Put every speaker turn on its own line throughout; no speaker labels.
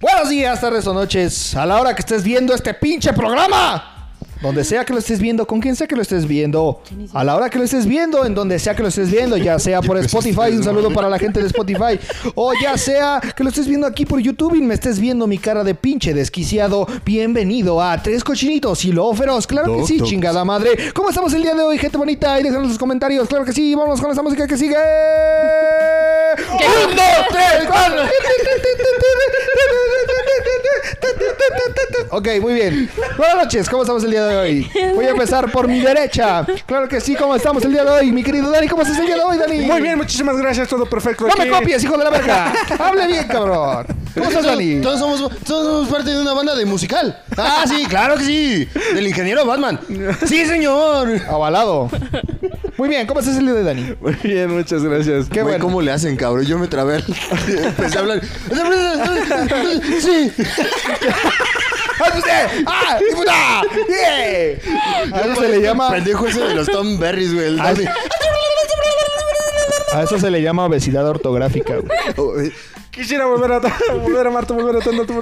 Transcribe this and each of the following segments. Buenos días, tardes o noches. A la hora que estés viendo este pinche programa. Donde sea que lo estés viendo, con quien sea que lo estés viendo, a la hora que lo estés viendo, en donde sea que lo estés viendo, ya sea por Spotify, un saludo para la gente de Spotify, o ya sea que lo estés viendo aquí por YouTube y me estés viendo mi cara de pinche desquiciado, bienvenido a Tres Cochinitos y Lo Feroz, claro que sí,
Doctor.
chingada madre. ¿Cómo estamos el día de hoy, gente bonita? Y déjanos sus comentarios, claro que sí, vámonos con esa música que sigue. ¡Un, dos, tres, cuatro! Ok, muy bien. Buenas noches, ¿cómo estamos el día de hoy? Voy a empezar por mi derecha. Claro que sí, ¿cómo estamos el día de hoy? Mi querido Dani, ¿cómo estás el día de hoy, Dani?
Muy bien, muchísimas gracias, todo perfecto.
No me
aquí.
copies, hijo de la verga. Hable bien, cabrón. ¿Cómo estás, Dani?
Todos somos, todos somos parte de una banda de musical. Ah, sí, claro que sí. Del ingeniero Batman. Sí, señor.
Avalado. Muy bien, ¿cómo estás el día de hoy, Dani?
Muy bien, muchas gracias.
Qué
Güey,
bueno.
¿Cómo le hacen, cabrón? Yo me trabé. al- Empecé a hablar. Sí.
¡Ah, usted! ¡Ah! ¡Diputada!
Ah,
¡Yeah! A eso se le llama...
Pendejo ese de los Tom Berries, güey. el Dani.
A eso se le llama obesidad ortográfica, güey.
Oh, eh,
Quisiera volver a volver a amarte, volver a tanto.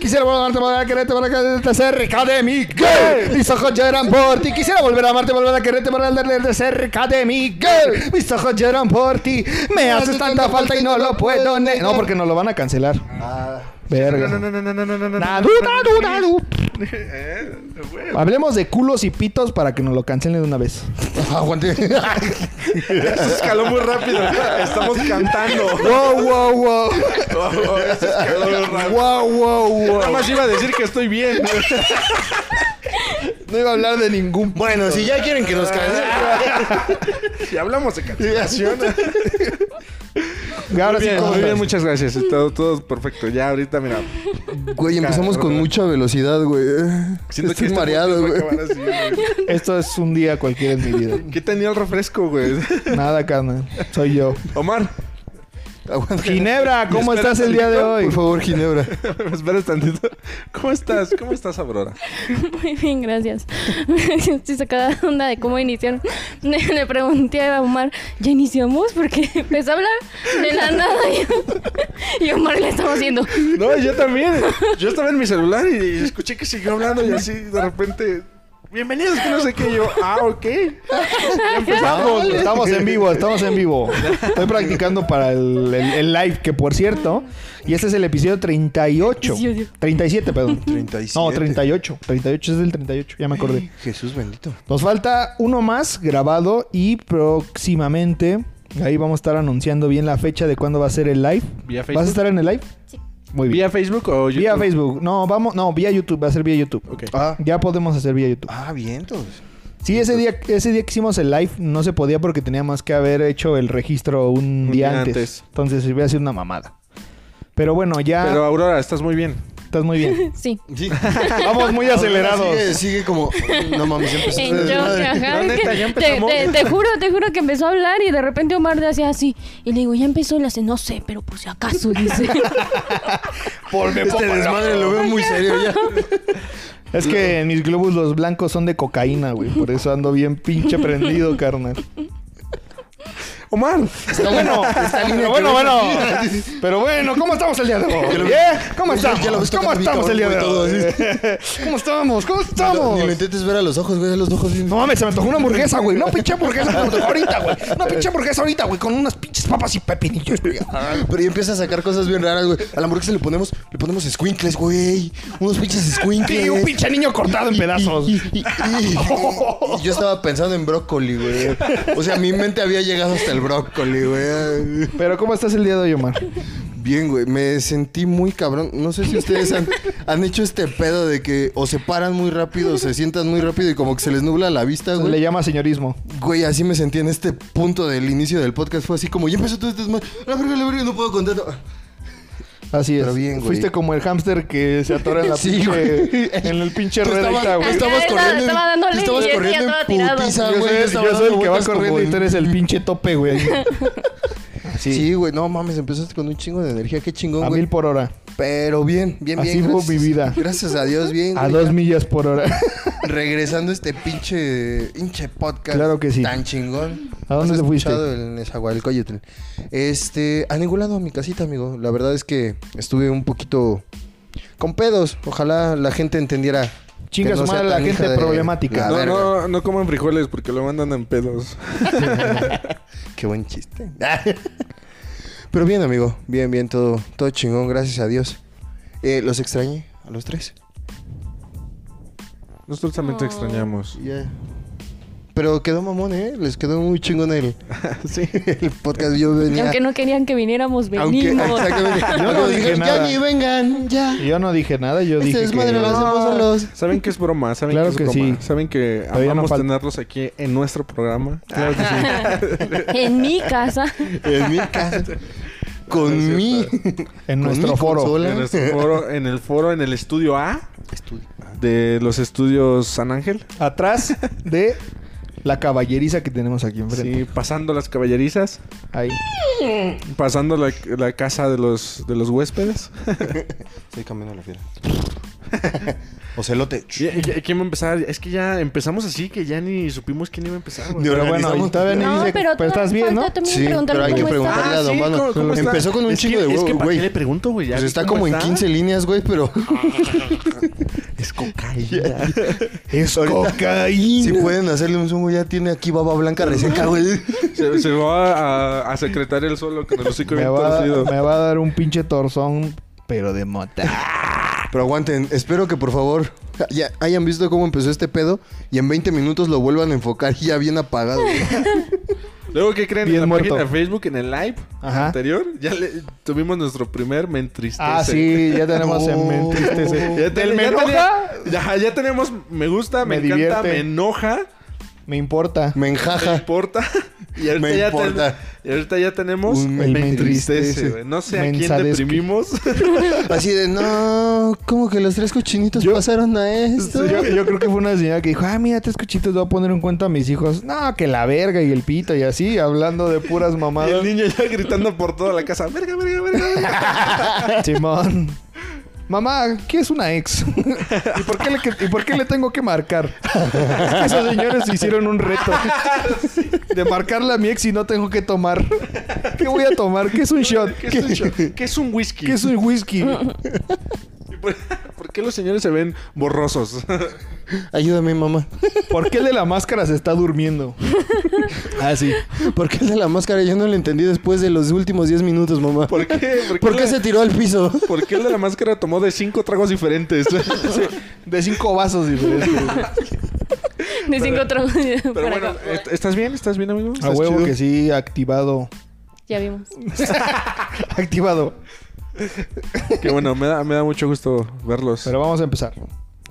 Quisiera volver a amarte, volver a quererte, volver a te cerca de mí, girl. Mis ojos lloran por ti. Quisiera volver a amarte, volver a quererte, volver a te cerca de mí, girl. Mis ojos lloran por ti. Me haces tanta falta y no lo puedo ne- No, porque nos lo van a cancelar. Verga.
No, no, no, no, no, no, no, no.
Na, du, da, du, da, du. Hablemos de culos y pitos para que nos lo cancelen de una vez.
Aguante.
Eso escaló muy rápido. Estamos cantando.
Wow, wow, wow.
Oh, eso escaló muy rápido.
Wow, wow, wow.
Nada más iba a decir que estoy bien.
No iba a hablar de ningún.
Bueno, si ya quieren que nos cancelen.
Si hablamos de canción.
Ah,
Ahora
Muy
sí,
bien,
¿cómo
muy bien,
estás?
muchas gracias. Todo, todo perfecto. Ya ahorita, mira.
Güey, empezamos con mucha velocidad, güey.
Siento
Estoy
que este
mareado,
podcast
güey.
va a acabar así, güey.
Esto es un día cualquiera en mi vida.
¿Qué tenía el refresco, güey?
Nada, carnal. Soy yo.
Omar,
Aguante.
Ginebra, ¿cómo
¿Me esperas
estás el día de
tantito?
hoy?
Por favor, Ginebra.
me esperas tantito. ¿Cómo estás? ¿Cómo estás, Aurora?
Muy bien, gracias. Estoy sacada de onda de cómo iniciaron. Le, le pregunté a Omar, ¿ya iniciamos? Porque empezó a hablar de la nada y, y Omar le estaba haciendo.
No, yo también. Yo estaba en mi celular y, y escuché que siguió hablando y así de repente. Bienvenidos, que no sé qué. Y Yo, ah, ok. Ya empezamos.
Estamos, estamos en vivo, estamos en vivo. Estoy practicando para el, el- el live, que por cierto, y este es el episodio 38.
Sí, sí.
37, perdón.
37.
No, 38. 38 es el 38, ya me acordé.
Jesús bendito.
Nos falta uno más grabado y próximamente, ahí vamos a estar anunciando bien la fecha de cuándo va a ser el live.
Vía
¿Vas a
Facebook.
estar en el live?
Sí.
Muy bien.
¿Vía Facebook o YouTube?
Vía Facebook. No, vamos, no, vía YouTube, va a ser vía YouTube.
Ok.
Ah,
Ya podemos hacer vía YouTube.
ah vientos.
Sí, ese día, ese día que hicimos el live no se podía porque teníamos que haber hecho el registro un, día,
día
antes.
antes.
Entonces iba a ser una mamada. Pero bueno, ya
Pero Aurora, estás muy bien.
estás muy bien.
Sí.
Sí.
Vamos muy acelerados.
Sigue, sigue como. No mames, ya empezó.
En shock, ajá.
No, neta,
que-
ya
te,
empezamos.
te- te juro, te juro que empezó a hablar y de repente Omar le hacía así. Y le digo, ya empezó, le hace, no sé, pero por si acaso, dice.
Este desmadre lo veo muy serio ya.
Es que en mis globos los blancos son de cocaína, güey. Por eso ando bien pinche prendido, carnal.
Omar,
Pero bueno, pero bueno, bueno. Pero bueno, ¿cómo estamos el día de
Ya lo-
hoy? ¿Eh? ¿Cómo
Ya- ya lo ves
estamos? ¿Cómo
tocando mi
estamos el día de
cabrón,
hoy?
güey,
¿Cómo estamos? ¿Cómo
Ni
estamos?
lo intentes ver a los ojos, güey. A los ojos bien.
No mames, se me antojó una hamburguesa, güey. No pinche hamburguesa se me antojó ahorita, güey. No pinche hamburguesa ahorita, güey. Con unas pinches papas y pepinillos, güey.
Ah, Pero ya empieza a sacar cosas bien raras, güey. A la hamburguesa le ponemos, le ponemos squinkles, güey. Unos pinches squinkles.
Sí, un pinche niño cortado en pedazos.
Y, y- y- y yo estaba pensando en brócoli, güey. O sea, mi mente había llegado hasta el brócoli, güey.
Pero, ¿cómo estás el día de hoy, Omar?
Bien, güey, me sentí muy cabrón. No sé si ustedes han, han hecho este pedo de que o se paran muy rápido, o se sientan muy rápido y como que se les nubla la vista,
Le
güey.
llama señorismo.
Güey, así me sentí en este punto del inicio del podcast. Fue así como, ya empezó todo este desmadre. La verga, la verga, no puedo contar.
Así es.
Pero bien, güey.
Fuiste como el hámster que se atora en la
Sí,
pinche...
güey.
En el pinche
Tú
ruedita,
estabas-
güey.
estabas
Estaba-
corriendo, en-
estaba dándole
tú estabas
y él
corriendo
ya
en
todo tirado.
putiza,
Yo
güey.
soy,
estaba
yo soy el
dando
que va
vueltas
corriendo
como
y tú
en-
eres el pinche tope, güey.
Sí, güey, no mames, empezaste con un chingo de energía, qué chingón,
A
güey.
mil por hora.
Pero bien, bien,
Así
bien.
fue
gracias-
mi vida.
Gracias a Dios, bien.
A
güey,
dos
ya.
millas por hora.
Regresando a este pinche, pinche podcast.
Claro que sí.
Tan chingón.
¿A dónde
¿Has
te fuiste?
escuchado el Nezahualcóyotl? Este, a ningún lado a mi casita, amigo. La verdad es que estuve un poquito con pedos. Ojalá la gente entendiera.
Chinga
que
su
sea
madre la
tan hija
gente
de
problemática.
la
A
No,
verga.
no, no coman frijoles porque lo mandan en pedos.
Qué buen chiste. Pero bien, amigo. Bien, bien, todo, todo chingón, gracias a Dios. Eh, los extrañé a los tres.
Nosotros también te
Oh.
extrañamos.
Ya. Pero quedó mamón, ¿eh? Les quedó muy chingón el,
sí.
el podcast. Yo
Y
venía.
aunque no querían que viniéramos,
Aunque-
venimos.
exactamente.
no
Aunque
dije
dijeron,
nada.
ya ni vengan, ya.
Yo no dije nada, yo
Este
dije
desmadre
que...
lo hacemos solos.
Saben que es broma, saben
Claro
que
que
es broma.
sí.
Saben que
Todavía no
amamos
falta-
tenerlos aquí en nuestro programa.
Claro que sí.
en mi casa.
En mi casa. Con mi.
En
con
nuestro
mi
foro.
consola.
En, nuestro foro, en el foro, en el estudio A de los estudios San Ángel.
Atrás de la caballeriza que tenemos aquí enfrente.
Sí, pasando las caballerizas,
Ahí.
pasando la, la casa de los, de los huéspedes.
Estoy cambiando la fiera. Ocelote.
Y- y- ¿Quién va a empezar? Es que ya empezamos así que ya ni supimos quién iba a empezar. güey. Ah,
Ni
Pero bueno,
organizamos.
todavía ni
No,
dice...
pero,
Pero, estás bien, ¿no?
falta también
Sí,
preguntarle
pero hay que
cómo estás.
preguntarle a Don
sí,
Mano.
¿cómo- cómo está?
Empezó con un
Es
chingo
que-
de
es
huevo,
que ¿para
güey.
qué le pregunto, güey? Ya
Pues
vi
está
cómo
como en 15 líneas, güey, pero
Es cocaína.
Es
si
cocaína.
pueden hacerle un zumo, ya tiene aquí baba blanca reseca, güey.
Se, se va a, a secretar el solo con el hocico
me,
bien
va,
torcido.
me va a dar un pinche torzón, pero de mota.
Pero aguanten, espero que por favor ya hayan visto cómo empezó este pedo y en 20 minutos lo vuelvan a enfocar ya bien apagado. güey.
Luego, ¿qué creen?
Bien
en la
muerto.
página de Facebook, en el live
Ajá.
anterior, ya le- tuvimos nuestro primer me entristece.
Ah, sí, ya tenemos en
No.
mente. este-
Ya,
Del
ten-
me
ya
enoja,
tenía- ya, ya tenemos me gusta, me,
Me
encanta,
divierte.
me enoja,
me importa.
Me
me
enjaja.
importa. Y ahorita,
Me
ya ten-
importa.
y ahorita ya tenemos
Un
me entristece.
güey. No sé a
Me
quién
ensadezque.
deprimimos.
Así de, no, como que los tres cochinitos pasaron a esto.
Yo, yo creo que fue una señora que dijo, ah, mira, tres cuchitos, voy a poner en cuenta a mis hijos. No, que la verga y el pito y así, hablando de puras
y el
mamadas.
niño ya gritando por toda la casa. Verga, verga, verga. verga".
Simón. Mamá, ¿qué es una ex? ¿Y, por qué le, que- y por qué le tengo que marcar? Es que esos señores hicieron un reto. De marcarle a mi ex y no tengo que tomar. ¿Qué voy a tomar? ¿Qué es un shot?
¿Qué es un shot? ¿Qué es un whisky?
¿Qué es un whisky?
¿Y ¿Por, por qué los señores se ven borrosos?
Ayúdame, mamá.
¿Por qué el de la máscara se está durmiendo? Ah, sí.
Porque el de la máscara yo no lo entendí después de los últimos 10 minutos, mamá.
¿Por qué?
¿Por qué
la-
se tiró al piso?
¿Por qué el de la máscara tomó de cinco tragos diferentes?
De cinco vasos diferentes.
De cinco trozos.
Pero bueno, ¿est- ¿estás bien? ¿Estás bien, amigo?
A
¿Estás
huevo
chido?
que sí, activado.
Ya vimos.
Activado.
Que bueno, me da, me da mucho gusto verlos.
Pero vamos a empezar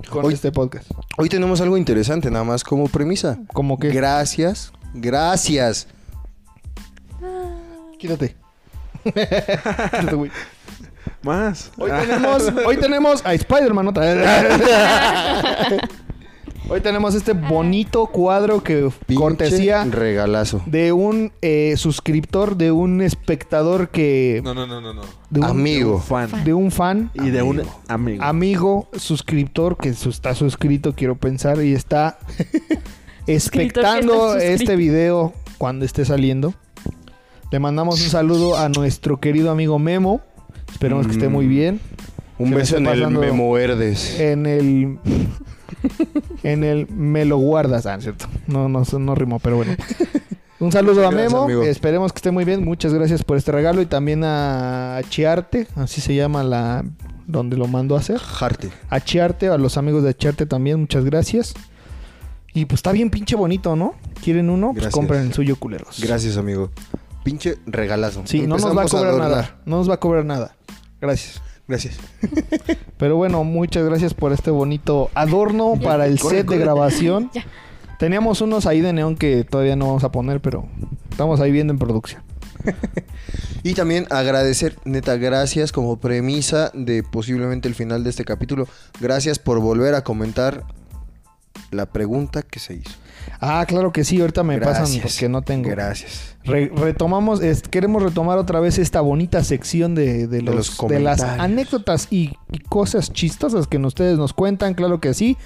con
Hoy-
este podcast.
Hoy tenemos algo interesante, nada más como premisa.
Como que...
Gracias, gracias.
Quítate. Quítate, güey.
Más. Ah,
Hoy tenemos, hoy tenemos a Spider-Man otra vez. hoy tenemos este bonito cuadro que
Pinche
cortesía
regalazo.
de un eh, suscriptor, de un espectador que...
No, no, no, no, no.
De un,
Amigo.
Fan.
De un fan,
Y de un amigo.
amigo, suscriptor, que su- está suscrito, quiero pensar, y está expectando
Suscriptor que está
este
suscrito.
video cuando esté saliendo. Le mandamos un saludo a nuestro querido amigo Memo. Esperemos que esté
Mm.
muy bien.
Un
Se me
beso
está
en el
pasando-
Memo Verdes.
En el. En el me lo guardas, ah, no es ¿cierto? No, no, eso no rimó, pero bueno. Un saludo a
Gracias,
Memo.
amigo.
Esperemos que esté muy bien. Muchas gracias por este regalo y también a Chiarte, así se llama la donde lo mandó a hacer.
Jarte.
A Chiarte, a los amigos de Chiarte también, muchas gracias. Y pues está bien pinche bonito, ¿no? ¿Quieren uno? Pues
Gracias.
compren el suyo, culeros.
Gracias, amigo. Pinche regalazo.
Sí, no nos va a
Empezamos
cobrar
adornar.
nada. No nos va a cobrar nada. Gracias.
Gracias.
Pero bueno, muchas gracias por este bonito adorno para el
corre,
set
corre.
de grabación.
Ya.
Teníamos unos ahí de neón que todavía no vamos a poner, pero estamos ahí viendo en producción.
Y también agradecer, neta, gracias como premisa de posiblemente el final de este capítulo. Gracias por volver a comentar la pregunta que se hizo.
Ah, claro que sí, ahorita me pasan
Gracias.
porque no tengo.
Gracias.
Re- retomamos, es- queremos retomar otra vez esta bonita sección de, de los,
los
de las
comentarios.
anécdotas y, y cosas chistosas que ustedes nos cuentan, claro que sí.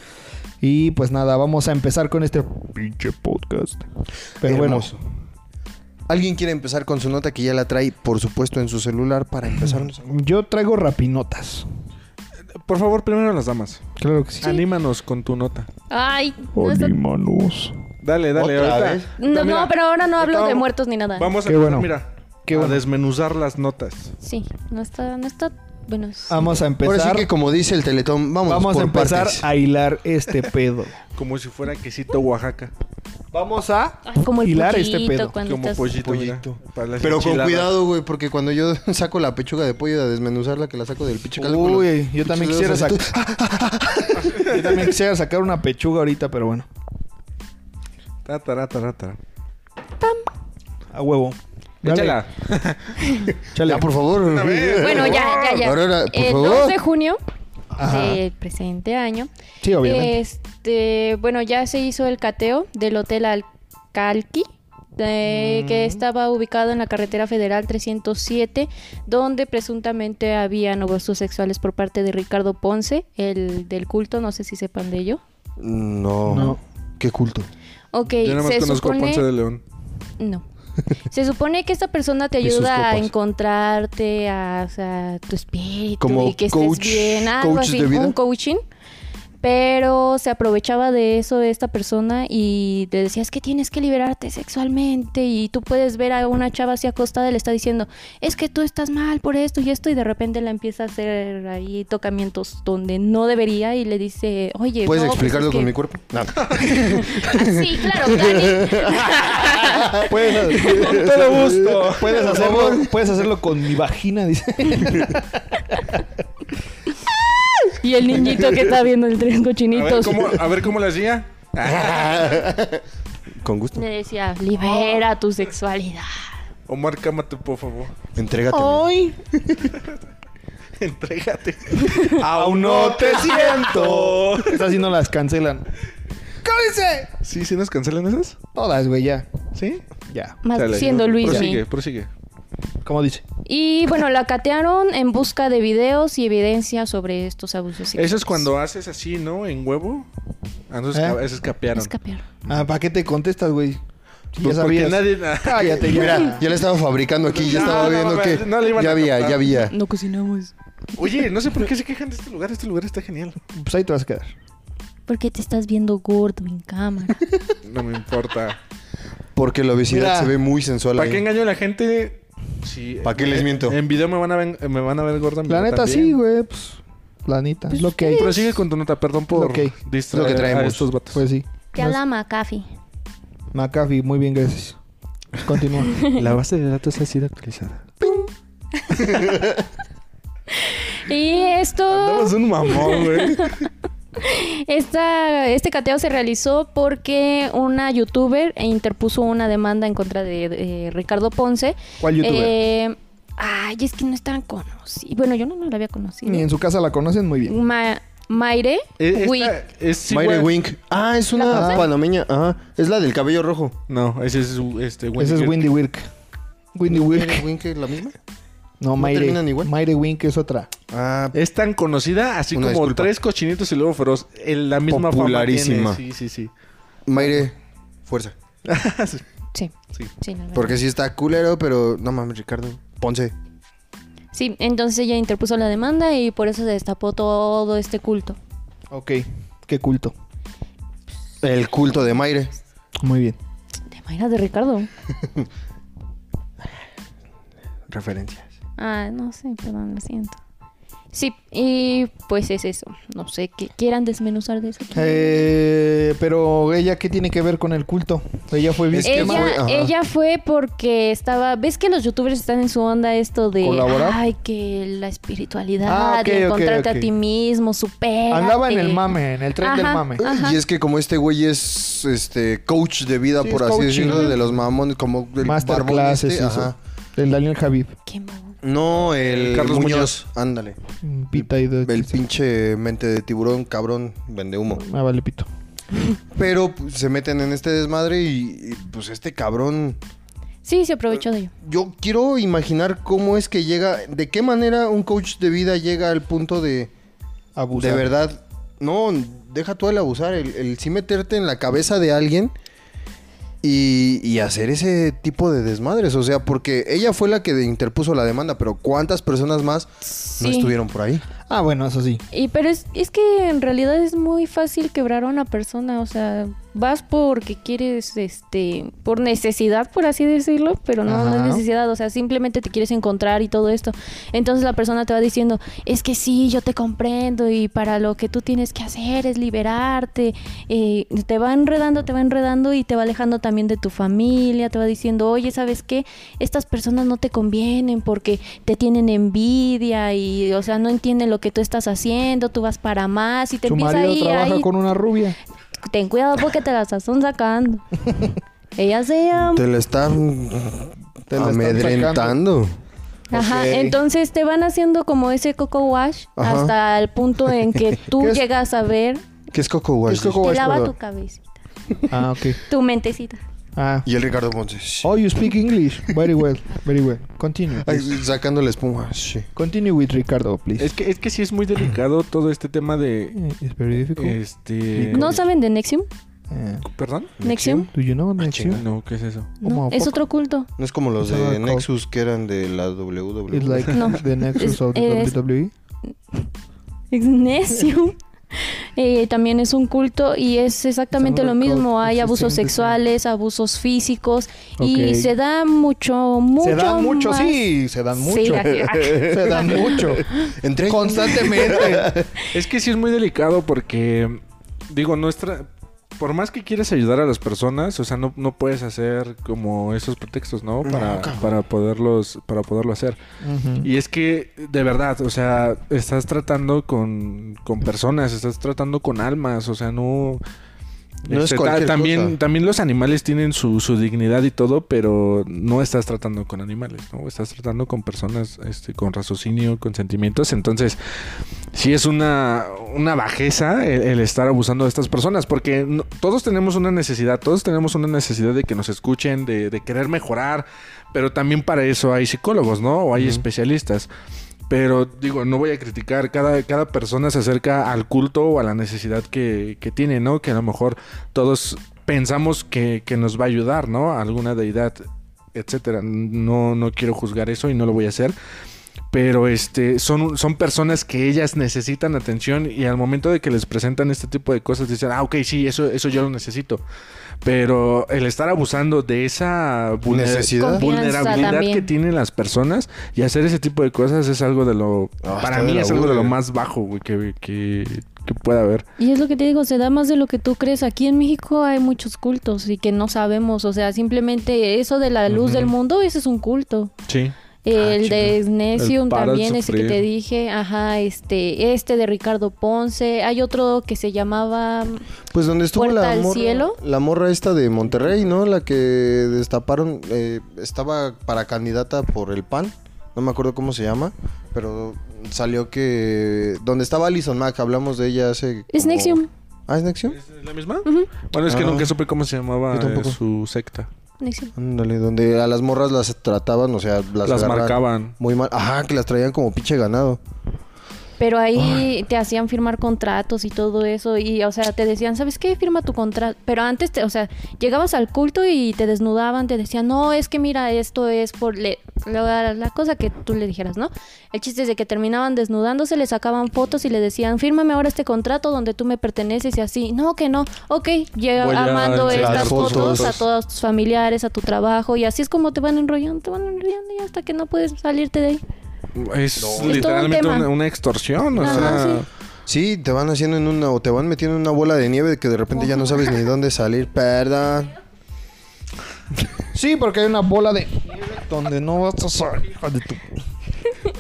Y pues nada, vamos a empezar con este pinche podcast. Pero
Hermoso. ¿Alguien quiere empezar con su nota que ya la trae, por supuesto, en su celular para empezarnos?
bueno, yo traigo rapinotas.
Por favor, primero las damas.
Claro que sí.
Anímanos con tu nota.
Ay, no, está-
Dale, dale.
¿Otra
ahorita.
vez?
no,
Mira,
no, pero ahora no hablo
ahorita
de
vamos-
muertos ni nada.
Vamos a
Qué
empezar,
bueno.
mira,
Qué
a
bueno.
desmenuzar las notas.
Sí, no está, no está, bueno. sí.
Vamos a
Ahora sí
empezar.
que como dice el Teletón, vamos,
Vamos a
por
empezar
partes.
a hilar este pedo.
Como si fuera quesito Oaxaca.
Vamos a
Ay, ah, como el
hilar
pollito
este pedo.
cuando
Como
estás-
pollito, mira,
Pollito.
para las
Pero con
enchiladas.
cuidado, güey, porque cuando yo saco la pechuga de pollo de desmenuzarla, que la saco del pinche caldo con los
Uy, yo también
pinches
quisiera
dedos así,
sacar. Yo también quisiera sacar una pechuga ahorita, pero bueno.
Ta, ta, ra, ta, ra, ta, ra.
A huevo. Dale,
Échala.
chale.
Ya, "Ah, por favor.
Bueno, ya, ya, Eh, ya.
Aurora, por
el
favor.
2 de junio
Ajá.
del presente año.
Sí, obviamente.
Este, bueno, ya se hizo el cateo del Hotel Alcalqui,
Mm.
de- que estaba ubicado en la carretera federal 307, donde presuntamente habían abusos sexuales por parte de Ricardo Ponce, el del culto, no sé si sepan de ello.
No.
No.
Qué culto.
Ok,
Yo nada más
se
conozco a
supone...
Ponce de León.
No. Se supone que esta persona te
Y sus
ayuda a
copas.
encontrarte, a, o sea, tu espíritu
Como
y que
coach-
estés bien, algo
coaches
así,
de vida.
un coaching. Pero se aprovechaba de eso de esta persona y te decía, es que tienes que liberarte sexualmente y tú puedes ver a una chava así acostada y le está diciendo, es que tú estás mal por esto y esto y de repente la empieza a hacer ahí tocamientos donde no debería y le dice, oye,
¿Puedes
no, pues es
explicarlo
que-
con mi cuerpo? No.
Ah, sí, claro, Dani.
Puedes,
Con todo gusto.
Puedes hacerlo, puedes hacerlo con mi vagina, dice.
Y el niñito que está viendo el tren
A ver
cochinitos.
cómo, a ver cómo la hacía.
con gusto.
Le decía, libera tu sexualidad.
Omar, cámate, por favor.
Entrégate.
Entrégate.
Aún no te siento. Estas sí no las cancelan. ¡Cállense!
¿Sí, sí nos cancelan esas?
Todas, güey, ya.
¿Sí.
Ya.
Más
Chale,
siendo
no,
Luis.
Prosigue, prosigue.
¿Cómo dice?
Y bueno, la catearon en busca de videos y evidencia sobre estos abusos.
Eso es
sexuales.
cuando haces así, ¿no? En huevo. Ah, no,
¿Eh?
esca- esos capearon.
Escapearon.
Ah, ¿para qué te contestas, güey? Si
Pues
ya
porque
sabías.
nadie-
Cállate, ya.
Mira, ya la estaba fabricando aquí, ya
No,
estaba
no,
viendo
no,
que.
no le iban
ya
a
había,
captar.
ya había.
No cocinamos.
Oye, no sé por qué se quejan de este lugar. Este lugar está genial.
Pues ahí te vas a quedar.
Porque te estás viendo gordo en cámara.
No me importa.
Porque la obesidad
Mira.
se ve muy sensual
¿Para qué
ahí.
engaño a la gente? Sí,
¿Para qué les
eh,
miento?
En video me van a, ven- me van a ver gorda. en
La
video
neta,
también.
sí, güey. Pues, la neta. Es lo que hay.
Prosigue con tu nota. Perdón por
Lo que-
distraer
lo que traemos.
a estos vatos.
Pues sí.
Te habla McAfee.
McAfee, muy bien, gracias. Continúa.
La base de datos ha sido actualizada.
Y esto.
Andamos un mamón, güey.
Esta, este cateo se realizó porque una youtuber interpuso una demanda en contra de, eh, Ricardo Ponce.
¿Cuál youtuber?
Eh, ay, es que no es tan conocida. Bueno, yo no, no la había conocido.
Ni en su casa la conocen muy bien.
Ma- Maire
Eh,
Wick.
esta es igual-
Mayre Wink. Ah, es una
conoces?
panameña. Ajá. Es la del cabello rojo.
No, ese es uh, este,
Ese es Windy Wirk. Windy
¿Mayre
Wirk.
Wink es la misma?
No, Mayre.
terminan igual?
Mayre Wink es otra.
Ah,
Es tan conocida, así
Una
como
disculpa.
tres cochinitos y luego feroz. En la misma
Popularísima.
fama tiene. Sí, sí, sí.
Mayre, fuerza.
Sí.
Sí.
Sí, la verdad.
Porque sí está culero, pero no mames, Ricardo. Ponce.
Sí, entonces ella interpuso la demanda y por eso se destapó todo este culto.
Ok. Qué culto.
El culto de Mayre.
Muy bien.
De Mayra de Ricardo.
Referencias.
Ah, no sé, perdón, lo siento. Sí, y pues es eso. No sé, ¿qué quieran desmenuzar de eso?
Eh, pero ella, ¿qué tiene que ver con el culto? Ella fue
Es que
víctima.
ella,
fue- ajá.
ella fue porque estaba. ¿Ves que los youtubers están en su onda esto de.
¿Colaborar?
Ay, que la espiritualidad,
Ah, ok,
y
ok,
encontrarte
ok.
a ti mismo, supera.
Andaba en el mame, en el tren del mame.
Ah,
Y es que como este güey es este coach de vida,
Sí,
por
es
así
coaching.
decirlo, de los mamones, como el barbón
Masterclass,
este,
es eso.
ajá.
Del Daniel Javib.
Qué mamón.
No, el
Carlos
Carlos
Muñoz.
Muñoz. Ándale.
Mm, Pita y de-
El pinche mente de tiburón, cabrón, vende humo.
Ah, vale, pito.
Pero pues, se meten en este desmadre y, y, pues este cabrón.
Sí, se aprovechó de ello.
Yo quiero imaginar cómo es que llega, de qué manera un coach de vida llega al punto de,
Abusar.
de verdad, no, deja tú el abusar, el, el sí meterte en la cabeza de alguien y, y hacer ese tipo de desmadres. O sea, porque ella fue la que interpuso la demanda, pero ¿cuántas personas más
Sí.
no estuvieron por ahí?
Ah, bueno, eso sí.
Y pero es, es que en realidad es muy fácil quebrar a una persona, o sea, vas porque quieres, este, por necesidad, por así decirlo, pero no, no
Ajá.
es necesidad, o sea, simplemente te quieres encontrar y todo esto. Entonces la persona te va diciendo, es que sí, yo te comprendo y para lo que tú tienes que hacer es liberarte, eh, te va enredando, te va enredando y te va alejando también de tu familia, te va diciendo, oye, ¿sabes qué? Estas personas no te convienen porque te tienen envidia y, o sea, no entienden lo que tú estás haciendo, tú vas para más y te
Su
empieza
marido
ahí,
trabaja
ahí,
con una rubia.
ten cuidado porque te las están sacando. Ella se ama.
Te la están
Te la están
amedrentando.
Ajá,
Ok.
entonces te van haciendo como ese coco wash
Ajá.
hasta el punto en que tú
¿Qué es?
llegas a ver,
¿Qué es Coco Wash?
¿Qué es Coco
te
wash,
lava
perdón?
tu cabecita,
Ah, ok.
tu mentecita.
Ah.
Y el Ricardo Ponce.
Oh, you speak English. Very well, very well. Continue.
Ay,
please.
Sacando la espuma. Sí.
Continue with Ricardo, please.
Es que, es que sí es muy delicado todo este tema de.
Eh, It's very difficult.
Este.
¿No saben de Nexium?
Eh,
¿Perdón?
Nexium.
do you know next
chinga.
No, ¿qué es eso?
No,
Como
es
poco.
otro culto.
No es como los
Se llama
de
Coke.
Nexus que eran de la E. WWE.
It's like
No.
the Nexus of the
Es-
WWE.
Es Nexium. Eh, también es un culto y es exactamente
Seguro
lo mismo.
que
Hay abusos
existen,
sexuales, abusos físicos
Ok.
y se da mucho, mucho.
se dan mucho,
más-
sí, se dan mucho.
Sí, gracias.
se dan mucho.
Entre
Constantemente.
Es que sí es muy delicado porque, digo, nuestra... Por más que quieras ayudar a las personas, o sea, no, no puedes hacer como esos pretextos, ¿no? Para, para poderlos, para poderlo hacer.
Ujú.
Y es que, de verdad, o sea, estás tratando con, con personas, estás tratando con almas, o sea, no...
No es
Este, ta-
cualquier
también,
cosa.
también los animales tienen su, su dignidad y todo, pero no estás tratando con animales, ¿no? Estás tratando con personas este, con raciocinio, con sentimientos. Entonces, sí es una, una bajeza el, el estar abusando de estas personas, porque no- todos tenemos una necesidad, todos tenemos una necesidad de que nos escuchen, de, de querer mejorar, pero también para eso hay psicólogos, ¿no? O hay especialistas. Pero digo, no voy a criticar, cada, cada persona se acerca al culto o a la necesidad que, que tiene, ¿no? Que a lo mejor todos pensamos que, que nos va a ayudar, ¿no? A alguna deidad, etcétera. No, no quiero juzgar eso y no lo voy a hacer. Pero este, son, son personas que ellas necesitan atención y al momento de que les presentan este tipo de cosas dicen, ah, ok, sí, eso, eso yo lo necesito. Pero el estar abusando de esa vulner-
Necesidad.
Confianza
vulnerabilidad
también.
que tienen las personas y hacer ese tipo de cosas es algo de lo...
Ah,
para
está de
mí
la
es algo de lo
burger.
más bajo, güey, que, que, que pueda haber.
Y es lo que te digo, se da más de lo que tú crees. Aquí en México hay muchos cultos y que no sabemos. O sea, simplemente eso de la luz del mundo, ese es un culto.
Sí.
El
chica.
de Snesium
Ah, El para
también,
de
ese que te
sufrir.
dije. Ajá, este, este de Ricardo Ponce. Hay otro que se llamaba...
Pues donde estuvo
Puerta
la
al
morra,
cielo.
la morra esta de Monterrey, ¿no? La que destaparon, eh, estaba para candidata por el PAN, no me acuerdo cómo se llama, pero salió que... Donde estaba Alison Mack, hablamos de ella hace...
Es
como-
Nexium.
Ah, es Nexium.
¿La misma? Bueno, es que
Ah.
nunca supe cómo se llamaba
Yo tampoco.
eh, su secta.
Nexium.
Ándale, donde a las morras las trataban, o sea, las,
Las,
agarraban
marcaban.
Muy mal. Ajá, que las traían como pinche ganado.
Pero ahí te hacían firmar contratos y todo eso. Y, o sea, te decían, ¿sabes qué? Firma tu contrato. Pero antes, te- o sea, llegabas al culto y te desnudaban, te decían, no, es que mira, esto es por le- la, la cosa que tú le dijeras, ¿no? El chiste es de que terminaban desnudándose, le sacaban fotos y le decían, fírmame ahora este contrato donde tú me perteneces y así. No, que no. Ok, llega
Voy a
armando
enseñar
estas
fotos.
fotos, a todos tus familiares, a tu trabajo. Y así es como te van enrollando, te van enrollando y hasta que no puedes salirte de ahí.
Es
todo un
literalmente
tema.
una, una extorsión, o
Ajá,
sea...
sí.
Sí, te van haciendo en una, o te van metiendo en una bola de nieve que de repente ya no sabes ni dónde salir. Perdón.
Sí, porque hay una bola de donde no vas a salir, hija de tu.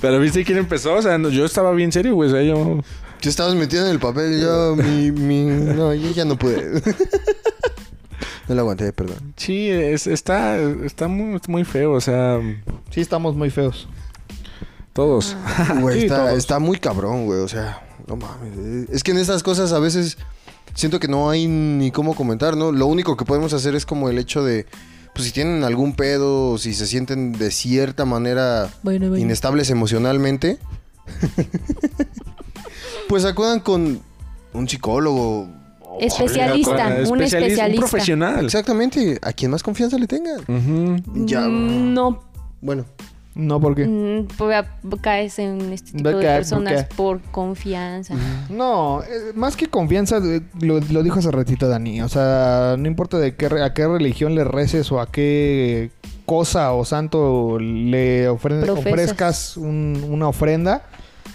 Pero viste quién empezó, o sea, no- yo estaba bien serio, güey, o sea, yo...
Te estabas metiendo en el papel, yo, mi, mi, no, yo ya no pude. No lo aguanté, perdón.
Sí, es- está, está muy, muy feo, o sea,
Sí, estamos muy feos.
todos.
Güey,
Sí,
está,
todos.
está muy cabrón, güey, o sea, no mames. Es que en estas cosas a veces siento que no hay ni cómo comentar, ¿no? Lo único que podemos hacer es como el hecho de, pues si tienen algún pedo, o si se sienten de cierta manera
Bueno, bueno.
inestables emocionalmente, pues acudan con un psicólogo.
Especialista, un especialista.
Un profesional.
Exactamente, a quien más confianza le tengan.
Ujú.
Ya.
Mm, No,
Bueno,
No, porque.
Mm, pues, a- caes en este tipo
Ve
de
que-
personas
porque-
por confianza.
No, eh, más que confianza, eh, lo, lo dijo hace ratito Dani. O sea, no importa de qué, re- a qué religión le reces o a qué cosa o santo le ofre-
Profesas.
ofrezcas un- una ofrenda.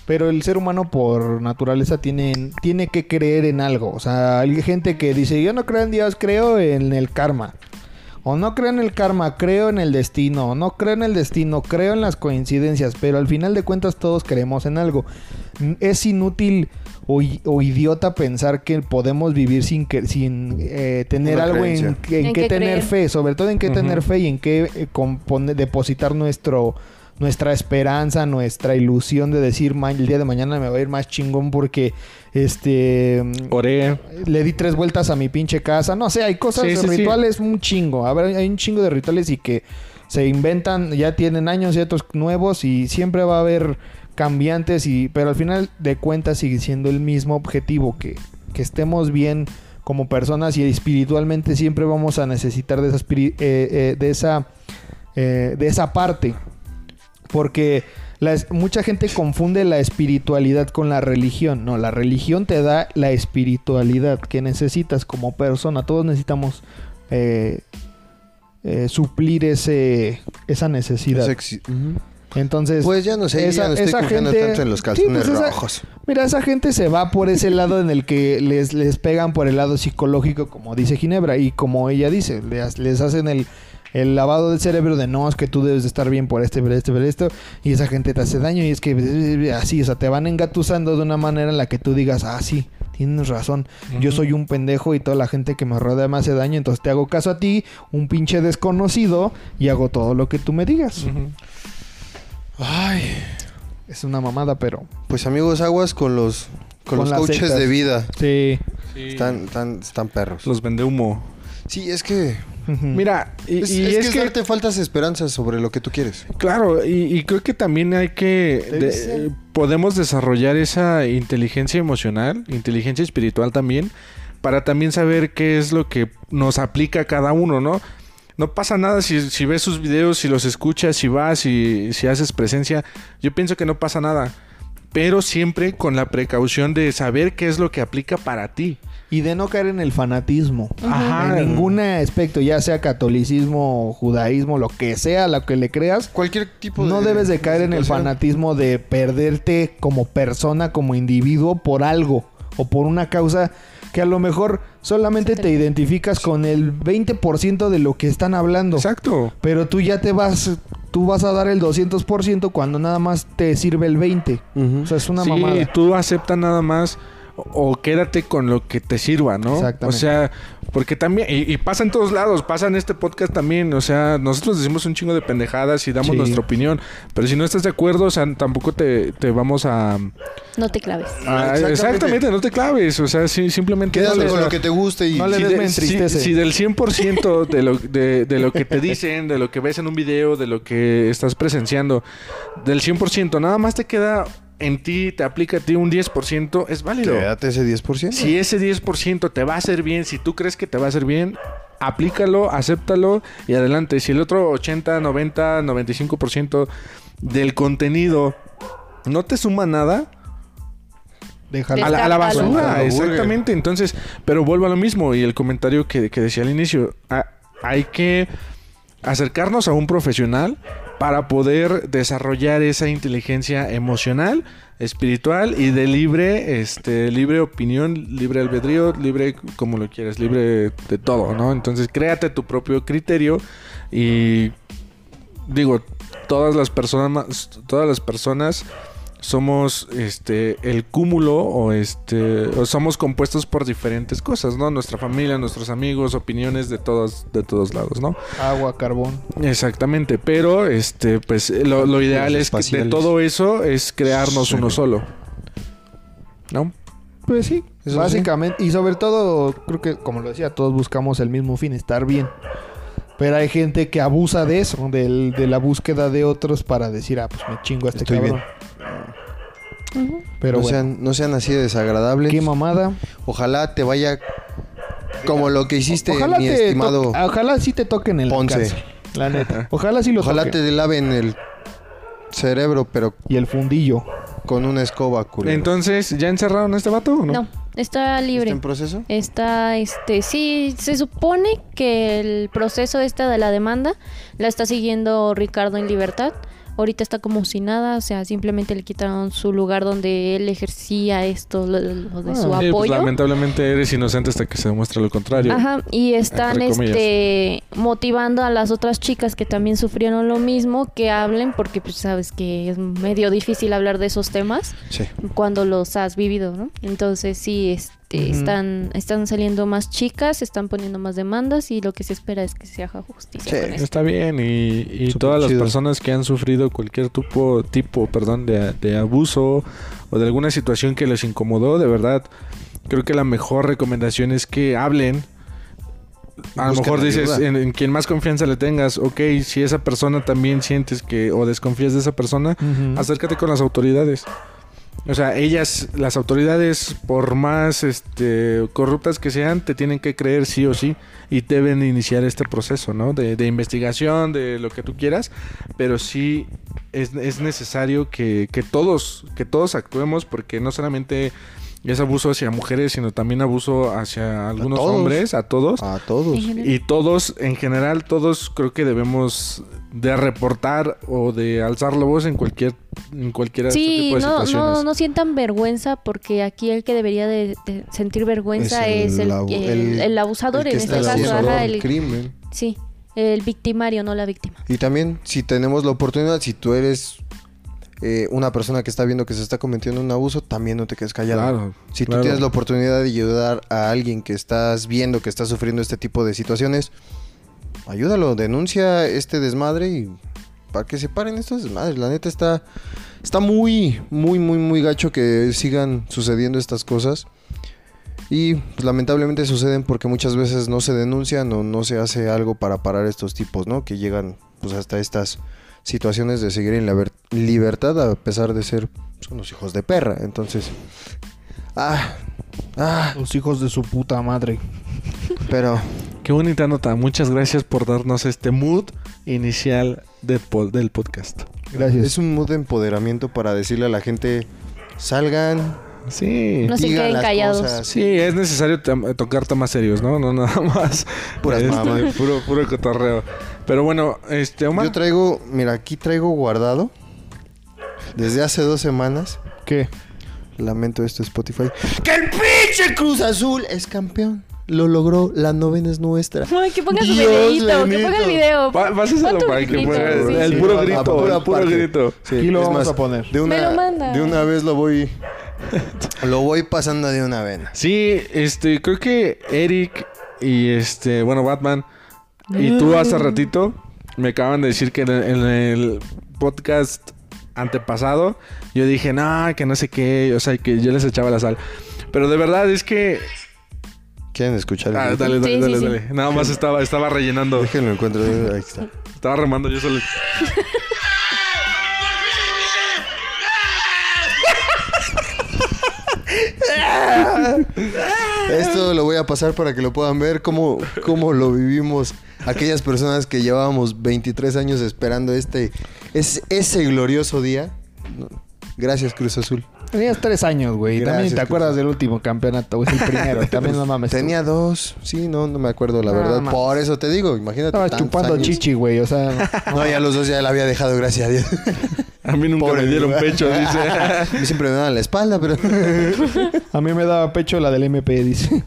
Pero el ser humano por naturaleza tiene, tiene que creer en algo. O sea, hay gente que dice, yo no creo en Dios, creo en el karma. O no creo en el karma, creo en el destino. O no creo en el destino, creo en las coincidencias. Pero al final de cuentas todos creemos en algo. N- Es inútil o, i- o idiota pensar que podemos vivir sin, que, sin eh, tener
Una
algo en,
creencia.
que- en
En
qué
qué
tener
creer.
fe. Sobre todo en qué tener
Ujú.
fe y en qué eh, compone- depositar nuestro... Nuestra esperanza, nuestra ilusión de decir, "Ma- el día de mañana me va a ir más chingón porque este
Oré.
le di tres vueltas a mi pinche casa. No sé, hay cosas
Sí,
de
sí, sí.
rituales, un chingo. A ver, hay un chingo de rituales y que se inventan, ya tienen años y otros nuevos y siempre va a haber cambiantes y pero al final de cuentas sigue siendo el mismo objetivo que que estemos bien como personas y espiritualmente siempre vamos a necesitar de esa espiri- eh, eh, de esa eh, de esa parte porque la es- mucha gente confunde la espiritualidad con la religión. No, la religión te da la espiritualidad que necesitas como persona. Todos necesitamos eh, eh, suplir ese, esa necesidad.
Es exi- Ujú.
Entonces,
Pues ya no sé,
esa-
ya no estoy
esa
confiando
gente-
tanto en los
Sí,
calzones
pues esa-
rojos.
mira, esa gente se va por ese lado en el que les, les pegan por el lado psicológico, como dice Ginebra, y como ella dice, les, les hacen el, el lavado del cerebro de no, es que tú debes de estar bien por este, por este, por esto, y esa gente te hace daño, y es que así, o sea, te van engatusando de una manera en la que tú digas, ah, sí, tienes razón, yo soy un pendejo y toda la gente que me rodea me hace daño, entonces te hago caso a ti, un pinche desconocido, y hago todo lo que tú me digas.
Ay,
Es una mamada, pero...
pues amigos, aguas con los,
Con
con los
las
coaches
sectas.
de vida.
Sí.
Están, están, están perros.
Los vende humo.
Sí, es que.
Mira, y
es,
y
es
es
que, es darte faltas esperanzas sobre lo que tú quieres.
Claro, y, y creo que también hay que...
Debe
de-
ser.
eh, podemos desarrollar esa inteligencia emocional, inteligencia espiritual también, para también saber qué es lo que nos aplica a cada uno, ¿no? No pasa nada si, si ves sus videos, si los escuchas, si vas, si, si haces presencia. Yo pienso que no pasa nada. Pero siempre con la precaución de saber qué es lo que aplica para ti.
Y de no caer en el fanatismo.
Ajá.
En ningún aspecto, ya sea catolicismo, judaísmo, lo que sea, lo que le creas.
Cualquier
Pues,
tipo de.
eh,
No debes de caer en el
situación.
fanatismo de perderte como persona, como individuo, por algo o por una causa que a lo mejor solamente te identificas con el 20% de lo que están hablando.
Exacto.
Pero tú ya te vas, tú vas a dar el 200% cuando nada más te sirve el 20%.
Ujú.
O sea, es una
sí,
mamada.
tú acepta nada más o o quédate con lo que te sirva, ¿no?
Exactamente.
O sea, porque también, y, y pasa en todos lados, pasa en este podcast también, o sea, nosotros decimos un chingo de pendejadas y damos
Sí.
nuestra opinión, pero si no estás de acuerdo, o sea, tampoco te, te vamos a... a-
No te claves.
exactamente.
Exactamente.
no te claves, o sea, sí, simplemente...
Quédate
dale,
con
o sea,
lo que te guste y.
No le
si,
des
de-
me
si-
entristece.
si del 100% de lo, de, de lo que te dicen, de lo que ves en un video, de lo que estás presenciando, del 100%, nada más te queda en ti, te aplica a ti un 10%, es válido.
Quédate ese 10%.
Si ese 10% te va a hacer bien, si tú crees que te va a hacer bien, aplícalo, acéptalo y adelante. Si el otro 80, 90, 95% del contenido no te suma nada,
Déjalo.
a la, a la
Descártalo.
basura,
Descártalo, burger.
exactamente. Entonces, pero vuelvo a lo mismo y el comentario que, que decía al inicio. a- hay que acercarnos a un profesional para poder desarrollar esa inteligencia emocional, espiritual y de libre, este, libre opinión, libre albedrío, libre como lo quieras, libre de todo, ¿no? Entonces, créate tu propio criterio y digo, todas las personas, todas las personas somos este el cúmulo o este o somos compuestos por diferentes cosas, ¿no? Nuestra familia, nuestros amigos, opiniones de todos de todos lados, ¿no?
Agua, carbón.
Exactamente, pero este pues lo, lo ideal
Los
es que de
espaciales.
todo eso es crearnos
Sí.
uno solo. ¿No?
Pues sí,
Eso
básicamente. Y sobre todo, creo que, como lo decía, todos buscamos el mismo fin, estar bien. Pero hay gente que abusa de eso, del- de la búsqueda de otros para decir, ah, pues me chingo a este
Estoy
cabrón. Pero bueno,
no, sean, no sean así de desagradables.
qué mamada.
Ojalá te vaya como lo que hiciste,
Ojalá,
este, mi
te
estimado.
toque- ojalá sí te toquen el
Ponce.
alcance, La neta. Ojalá sí lo
Ojalá
toquen.
te laven el cerebro, pero
Y el fundillo.
con una escoba, culero.
Entonces, ¿ya encerraron a este vato o no?
No, está
¿Está
libre.
en proceso?
Está, este, sí, se supone que el proceso esta de la demanda la está siguiendo Ricardo en libertad. Ahorita está como si nada, o sea, simplemente le quitaron su lugar donde él ejercía esto, lo, lo de
Ah, sí,
su
pues,
apoyo.
lamentablemente eres inocente hasta que se demuestre lo contrario.
Ajá, y están
Entre comillas.
este motivando a las otras chicas que también sufrieron lo mismo que hablen porque pues sabes que es medio difícil hablar de esos temas
Sí.
cuando los has vivido, ¿no? Entonces sí, este,
Ujú.
están, están saliendo más chicas, están poniendo más demandas y lo que se espera es que se haga justicia
Sí.
con esto.
Eh, Está bien, y, y
Súper
todas las
chido.
personas que han sufrido cualquier tipo, tipo perdón, de, de abuso o de alguna situación que les incomodó, de verdad, creo que la mejor recomendación es que hablen. A lo
Busquen
mejor dices,
ayuda.
en, en quien más confianza le tengas, ok, si esa persona también sientes que o desconfías de esa persona, acércate con las autoridades. O sea, ellas, las autoridades, por más este, corruptas que sean, te tienen que creer sí o sí y deben iniciar este proceso, ¿no? De, de investigación, de lo que tú quieras, pero sí es, es necesario que, que todos, que todos actuemos porque no solamente es abuso hacia mujeres, sino también abuso hacia algunos
todos.
hombres, a todos.
A todos.
Pues, En general.
Y todos, en general, todos creo que debemos de reportar o de alzar la voz en cualquier en cualquiera de este
Sí,
tipo de
no,
situaciones.
no, no sientan vergüenza porque aquí el que debería de, de sentir vergüenza es el,
abu-
el, el abusador
el que
en
está
este caso,
haciendo
ajá,
el
el-
crimen.
sí, el victimario, no la víctima.
Y también, si tenemos la oportunidad, si tú eres eh, una persona que está viendo que se está cometiendo un abuso, también no te quedes callado.
Claro,
Si tú
claro.
tienes la oportunidad de ayudar a alguien que estás viendo que está sufriendo este tipo de situaciones, ayúdalo, denuncia este desmadre y para que se paren estos desmadres. La neta está, está muy, muy, muy, muy gacho que sigan sucediendo estas cosas. Y pues, lamentablemente suceden porque muchas veces no se denuncian o no se hace algo para parar estos tipos, ¿no? Que llegan pues hasta estas situaciones de seguir en la ver- libertad a pesar de ser pues, unos hijos de perra. Entonces, ah, ah,
Los hijos de su puta madre.
pero
Qué bonita nota. Muchas gracias por darnos este mood inicial de po- del podcast.
Gracias.
es un modo de empoderamiento para decirle a la gente, salgan,
Sí.
No se
digan
queden
las
callados.
cosas.
Sí, es necesario tam- tocar temas serios, ¿no? No nada más. este,
Puras mamadas.
Puro, puro cotorreo. Pero bueno, este, Omar.
Yo traigo, mira, aquí traigo guardado desde hace dos semanas.
¿Qué?
Lamento esto, Spotify. ¡Que el pinche Cruz Azul es campeón! Lo logró, la novena es nuestra.
Ay, que ponga su
Dios
videito, que
bendito.
ponga el video.
va- vas a hacerlo
Pon tu
para que
grito,
puedas-
sí.
El
Sí,
puro
a- a
grito,
pura
el puro
parte.
grito.
Sí,
Aquí lo
es
vamos
más,
a poner.
De una,
Me lo manda. eh.
De una vez lo voy. Lo voy pasando de una vena.
Sí, este, creo que Eric y este, bueno, Batman y
Mm.
tú hace ratito me acaban de decir que en el, en el podcast antepasado yo dije, no, que no sé qué, o sea, que yo les echaba la sal. Pero de verdad es que...
¿Quieren escuchar? el
Ah,
grito?
dale, dale,
Sí, sí,
dale,
sí.
dale. Nada más estaba, estaba rellenando.
Déjenlo encuentro. Ahí está.
Estaba remando yo solo.
Esto lo voy a pasar para que lo puedan ver cómo, cómo lo vivimos. Aquellas personas que llevábamos 23 años esperando este, es, ese glorioso día. No. Gracias, Cruz Azul.
Tenías tres años, güey.
Gracias,
También te
Cruz.
acuerdas del último campeonato, güey. Es el primero. También no mames. tú.
Tenía dos. Sí, no, no me acuerdo, la
No
verdad.
mames.
Por eso te digo, imagínate.
Estabas
tantos
chupando
años.
chichi, güey. O sea.
No, ya los dos ya la había dejado, gracias a Dios.
A mí nunca
Pobre
me dieron
güey.
pecho, dice.
A mí siempre me daban la espalda, pero.
A mí me daba pecho la del MP, dice.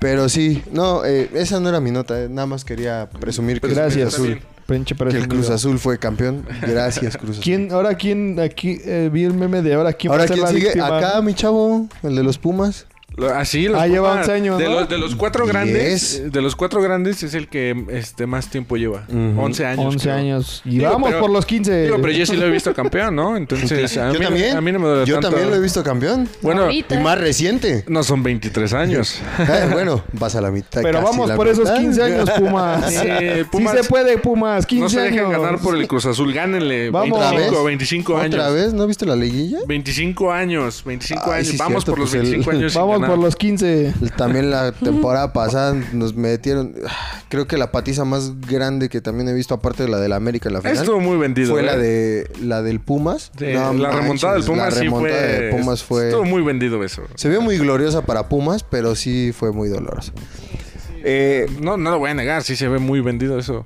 Pero sí, no, eh, esa no era mi nota. eh, Nada más quería presumir que el
Gracias.
Cruz Azul,
Pinche
Pues, que el Cruz
presumido.
Azul fue campeón. Gracias, Cruz Azul.
¿Quién, ahora quién, aquí, eh, vi el meme de ahora quién va
Ahora,
a ser
¿quién
la
sigue?
víctima?
Acá, mi chavo, el de los Pumas.
Lo- Así los
Ah, lleva
Pumas.
11 años,
De,
¿no?
los, de los cuatro
Diez.
grandes, eh, de los cuatro grandes es el que este más tiempo lleva. 11 años.
11
creo.
años. Y
Digo,
vamos
pero-
por los 15.
Digo, pero yo sí lo he visto campeón, ¿no? Entonces, a,
yo
mí,
también.
a mí no me duele
yo
tanto.
también lo he visto campeón.
Bueno,
Ahorita.
Y más reciente.
no son 23 años.
Eh, bueno, vas a la mitad.
Pero
casi
vamos
la
por esos
mitad.
15 años, Pumas.
Sí,
Sí,
Pumas.
se puede, Pumas. 15
no se dejen
años.
ganar por el Cruz Azul, gánenle.
Vamos. ¿Otra
25,
vez?
25
¿Otra
años.
vez? ¿No viste la liguilla?
25 años, 25
Ay,
años.
sí es
Vamos
cierto,
por los
pues el-
25 años. sin
Vamos Vamos por los 15.
También la temporada pasada nos metieron. ah, Creo que la patiza más grande que también he visto, aparte de la del América en la final.
Estuvo muy vendido.
fue
¿eh?
la de la del Pumas.
Sí,
No
la
manches,
remontada del Pumas
la
sí fue.
remontada de Pumas fue-
Estuvo muy vendido eso.
Se vio muy gloriosa para Pumas, pero sí fue muy dolorosa.
Eh, no, no lo voy a negar, sí se ve muy vendido eso.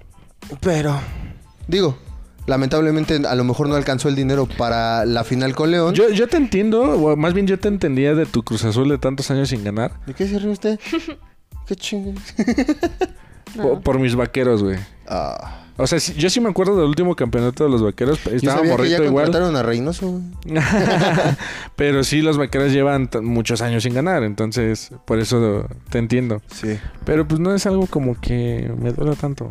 Pero digo, lamentablemente a lo mejor no alcanzó el dinero para la final con León.
Yo, yo te entiendo, o más bien yo te entendía de tu Cruz Azul de tantos años sin ganar.
¿De qué se ríe usted? Qué chingue.
Por, por mis vaqueros, güey.
Ah,
O sea, sí- yo sí me acuerdo del último campeonato de los vaqueros.
yo
Estaba
sabía que ya
morrito igual.
contrataron a Reynoso. güey.
Pero sí, los vaqueros llevan t- muchos años sin ganar. Entonces, por eso te entiendo.
Sí.
Pero pues no es algo como que me duela tanto.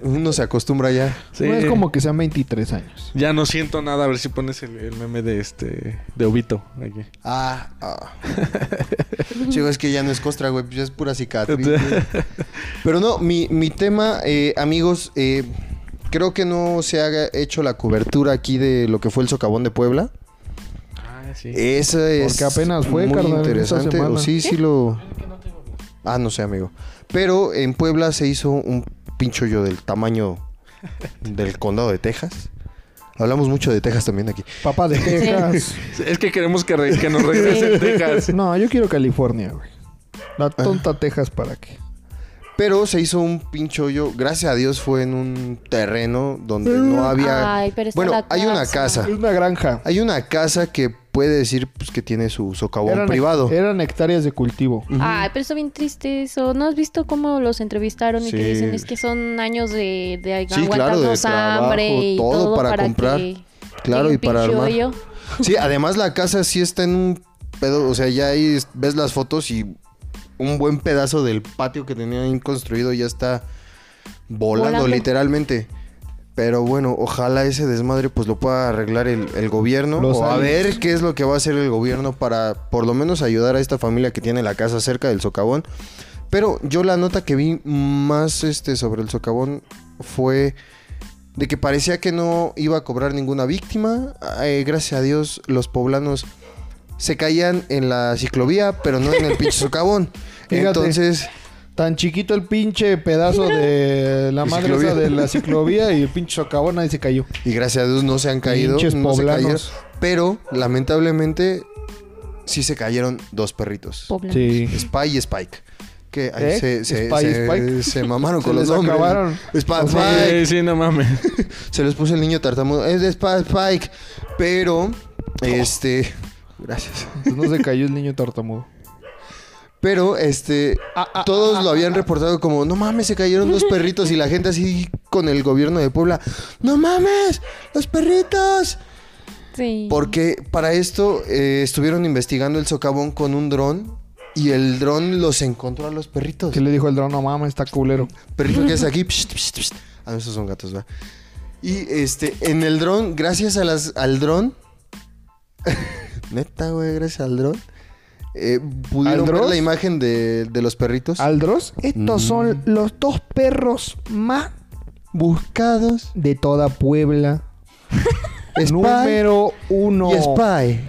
Uno se acostumbra ya.
Sí.
No es como que sean 23 años.
Ya no siento nada. A ver si pones el, el meme de este. De Obito. Aquí.
Ah, ah. Chico, es que ya no es costra, güey. Ya es pura cicatriz. güey. Pero no, mi, mi tema, eh, amigos, eh, creo que no se ha hecho la cobertura aquí de lo que fue el socavón de Puebla.
Ah, sí.
Eso es
Porque apenas fue,
muy
carnal,
interesante.
esta semana.
O sí, sí lo... Ah, no sé, amigo. Pero en Puebla se hizo un pincho yo del tamaño del condado de Texas. Hablamos mucho de Texas también aquí.
Papá de Texas.
Es que queremos que, re- que nos regresen Texas.
No, yo quiero California, güey. La tonta Texas, ¿para qué?
Pero se hizo un pincho hoyo. Gracias a Dios fue en un terreno donde no había.
Mm, Ay, pero está
bueno,
la
hay una
casa.
casa.
Es una granja.
Hay una casa que puede decir pues, que tiene su socavón
Eran-
privado.
Eran hectáreas de cultivo.
Ay, pero está bien triste eso. ¿No has visto cómo los entrevistaron y
Sí.
que dicen es que son años de, de
Sí, claro, de
aguantarnos
trabajo,
hambre y
todo
todo,
para comprar.
que-
Claro,
que
y para
pinche
armar.
hoyo.
Sí, además la casa sí está en un pedo. O sea, ya ahí es- ves las fotos y un buen pedazo del patio que tenían ahí construido ya está volando,
Volando.
literalmente. Pero bueno, ojalá ese desmadre pues lo pueda arreglar el, el gobierno.
Los
o a
aliens.
ver qué es lo que va a hacer el gobierno para por lo menos ayudar a esta familia que tiene la casa cerca del socavón. Pero yo la nota que vi más este, sobre el socavón fue de que parecía que no iba a cobrar ninguna víctima. Eh, gracias a Dios, los poblanos se caían en la ciclovía, pero no en el pinche socavón.
Fíjate.
Entonces,
Tan chiquito el pinche pedazo de la
De
madre esa
ciclovía.
de la ciclovía y el pinche socavón ahí se cayó.
y gracias a Dios no se han caído.
Pinches
no se
poblanos.
cayeron, pero lamentablemente sí se cayeron dos perritos.
Poblanos.
Sí.
Spy y Spike. Que ahí
¿Eh?
se, se-
Spy y
se-
Spike.
se mamaron
Se
con los
les
nombres.
acabaron.
Spy,
O sea,
Spike.
Eh, Sí, sí, no mames.
Se los puso el niño tartamudo. Es de Spy, Spike. Pero,
Oh.
este. Gracias.
pues, No se cayó el niño tartamudo.
Pero, este.
Ah,
todos lo habían reportado como: No mames, se cayeron dos perritos. Y la gente así con el gobierno de Puebla: No mames, los perritos.
Sí.
Porque para esto eh, estuvieron investigando el socavón con un dron. Y el dron los encontró a los perritos.
¿Qué le dijo el drone? No mames, está culero.
perrito que es aquí. Psht, psht, psht. Ah, no, esos son gatos, va. Y este, en el dron, gracias a las, al dron. Neta, güey, gracias al dron. eh,
¿Al
¿Pudieron ver
dron?
la imagen de, de los perritos?
Aldros, estos son los dos perros más
Buscados.
de toda Puebla.
Spy
Número uno.
y Spy.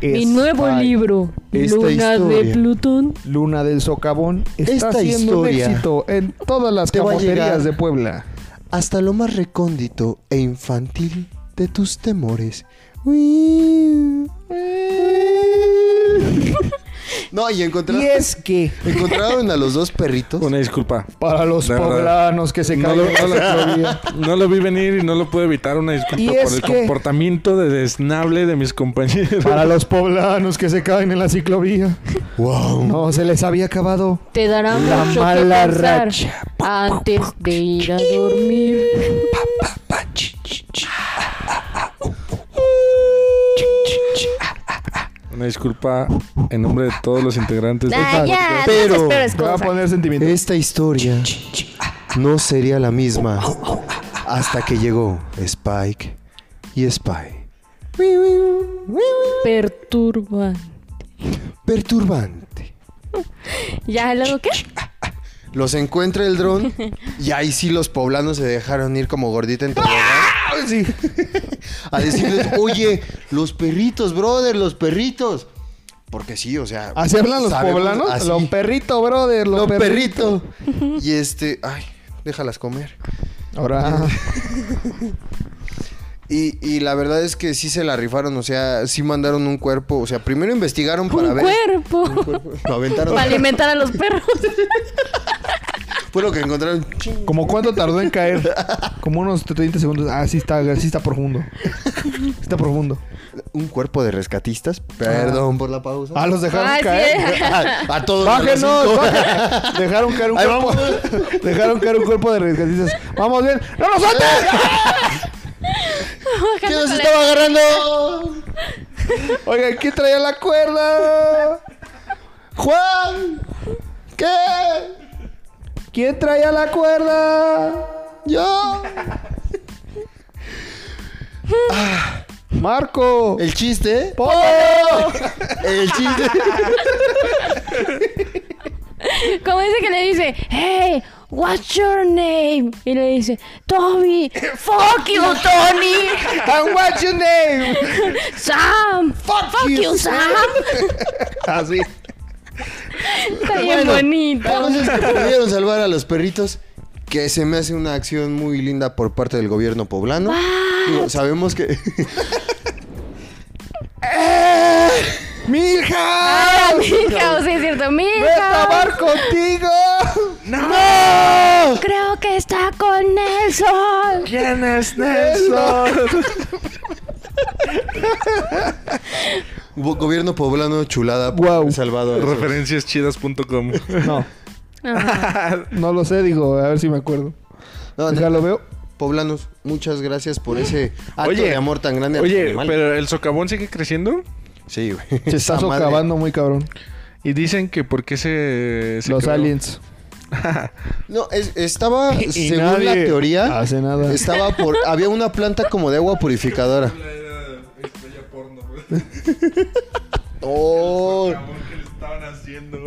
Mi
Spy.
nuevo libro,
Esta
Luna
historia.
de Plutón.
Luna del Socavón está
Esta
siendo un
historia
éxito en todas las
te va a llegar.
cafeterías de Puebla.
Hasta lo más recóndito e infantil de tus temores. no, y encontraron,
Y es que
encontraron a los dos perritos.
Una disculpa.
para los
De verdad.
poblanos que se
No lo,
cayeron
no
en la
lo-
ciclovía.
no lo vi venir y no lo pude evitar. Una disculpa
Y
por
es
el
que-
comportamiento de desnable de mis compañeros.
Para los poblanos que se caen en la ciclovía.
Wow.
No, se les había acabado
Te dará
la
mucho
mala
que pensar
racha.
antes de ir a dormir.
Pues,
Una disculpa en nombre de todos los integrantes. de-
Ah, ya,
pues, Pero-
no te esperes
Me va a
cosas.
poner sentimiento.
Esta historia no sería la misma hasta que llegó Spike y Spy.
Perturban.
Perturbante.
¿Ya luego qué?
Los encuentra el dron y ahí sí los poblanos se dejaron ir como gordita en
¡Ah!
tobogán. Sí. A decirles, oye, los perritos, brother, los perritos. Porque sí, o sea.
Así hablan los
sabemos
poblanos.
así.
Los perritos, brother. Los,
Lo
perritos.
perrito. y este, ay, déjalas comer.
Ahora.
Y, y la verdad es que sí se la rifaron, o sea, sí mandaron un cuerpo. O sea, primero investigaron para
Un
ver.
cuerpo.
Lo aventaron.
Para alimentar a los perros.
Fue lo que encontraron.
¿Como cuánto tardó en caer? Como unos 30 segundos. Ah, sí está, sí está profundo. Está profundo.
Un cuerpo de rescatistas. Perdón por la pausa.
Ah, los dejaron
Ah, sí,
caer.
eh.
a, a todos. a los
Bájenos,
cinco.
baja- dejaron caer un
Ahí
cuerpo. Dejaron caer un cuerpo de rescatistas. Vamos bien. ¡No nos sueltes!
¿Quién nos estaba agarrando?
Oigan, ¿quién traía la cuerda?
¡Juan! ¿Qué?
¿Quién traía la cuerda?
¡Yo!
Marco. ¡Oh!
El chiste.
Popo.
El chiste.
Como dice que le dice, hey, what's your name? Y le dice, Toby, fuck you, Tony,
And what's your name?
Sam, fuck, you, Sam.
Así.
Está bien
Bueno,
bonito.
La cosa es que pudieron salvar a los perritos. Que se me hace una acción muy linda por parte del gobierno poblano.
Ah,
Digo, sabemos que.
¡Milja!
Ah, Milhouse, sí es cierto,
¡Voy a
Milhouse.
acabar contigo!
Creo que está con el sol.
¿Quién es Nelson?
Hubo Gobierno poblano chulada por
Guau.
haber salvado. a los-
Referenciaschidas.com.
No, no lo sé, digo, a ver si me acuerdo.
No,
Ya
no,
lo veo.
Poblanos, muchas gracias por ese acto
Oye,
de amor tan grande. a los
Oye,
animales.
pero el socavón sigue creciendo.
Sí, güey.
Se está
Esa madre.
socavando muy cabrón.
Y dicen que por qué se. se
Los
creó.
aliens.
No, es- estaba,
Y
según
nadie
la teoría,
Hace nada.
estaba por. Había una planta como de agua purificadora. Oh,
¿Qué le estaban haciendo?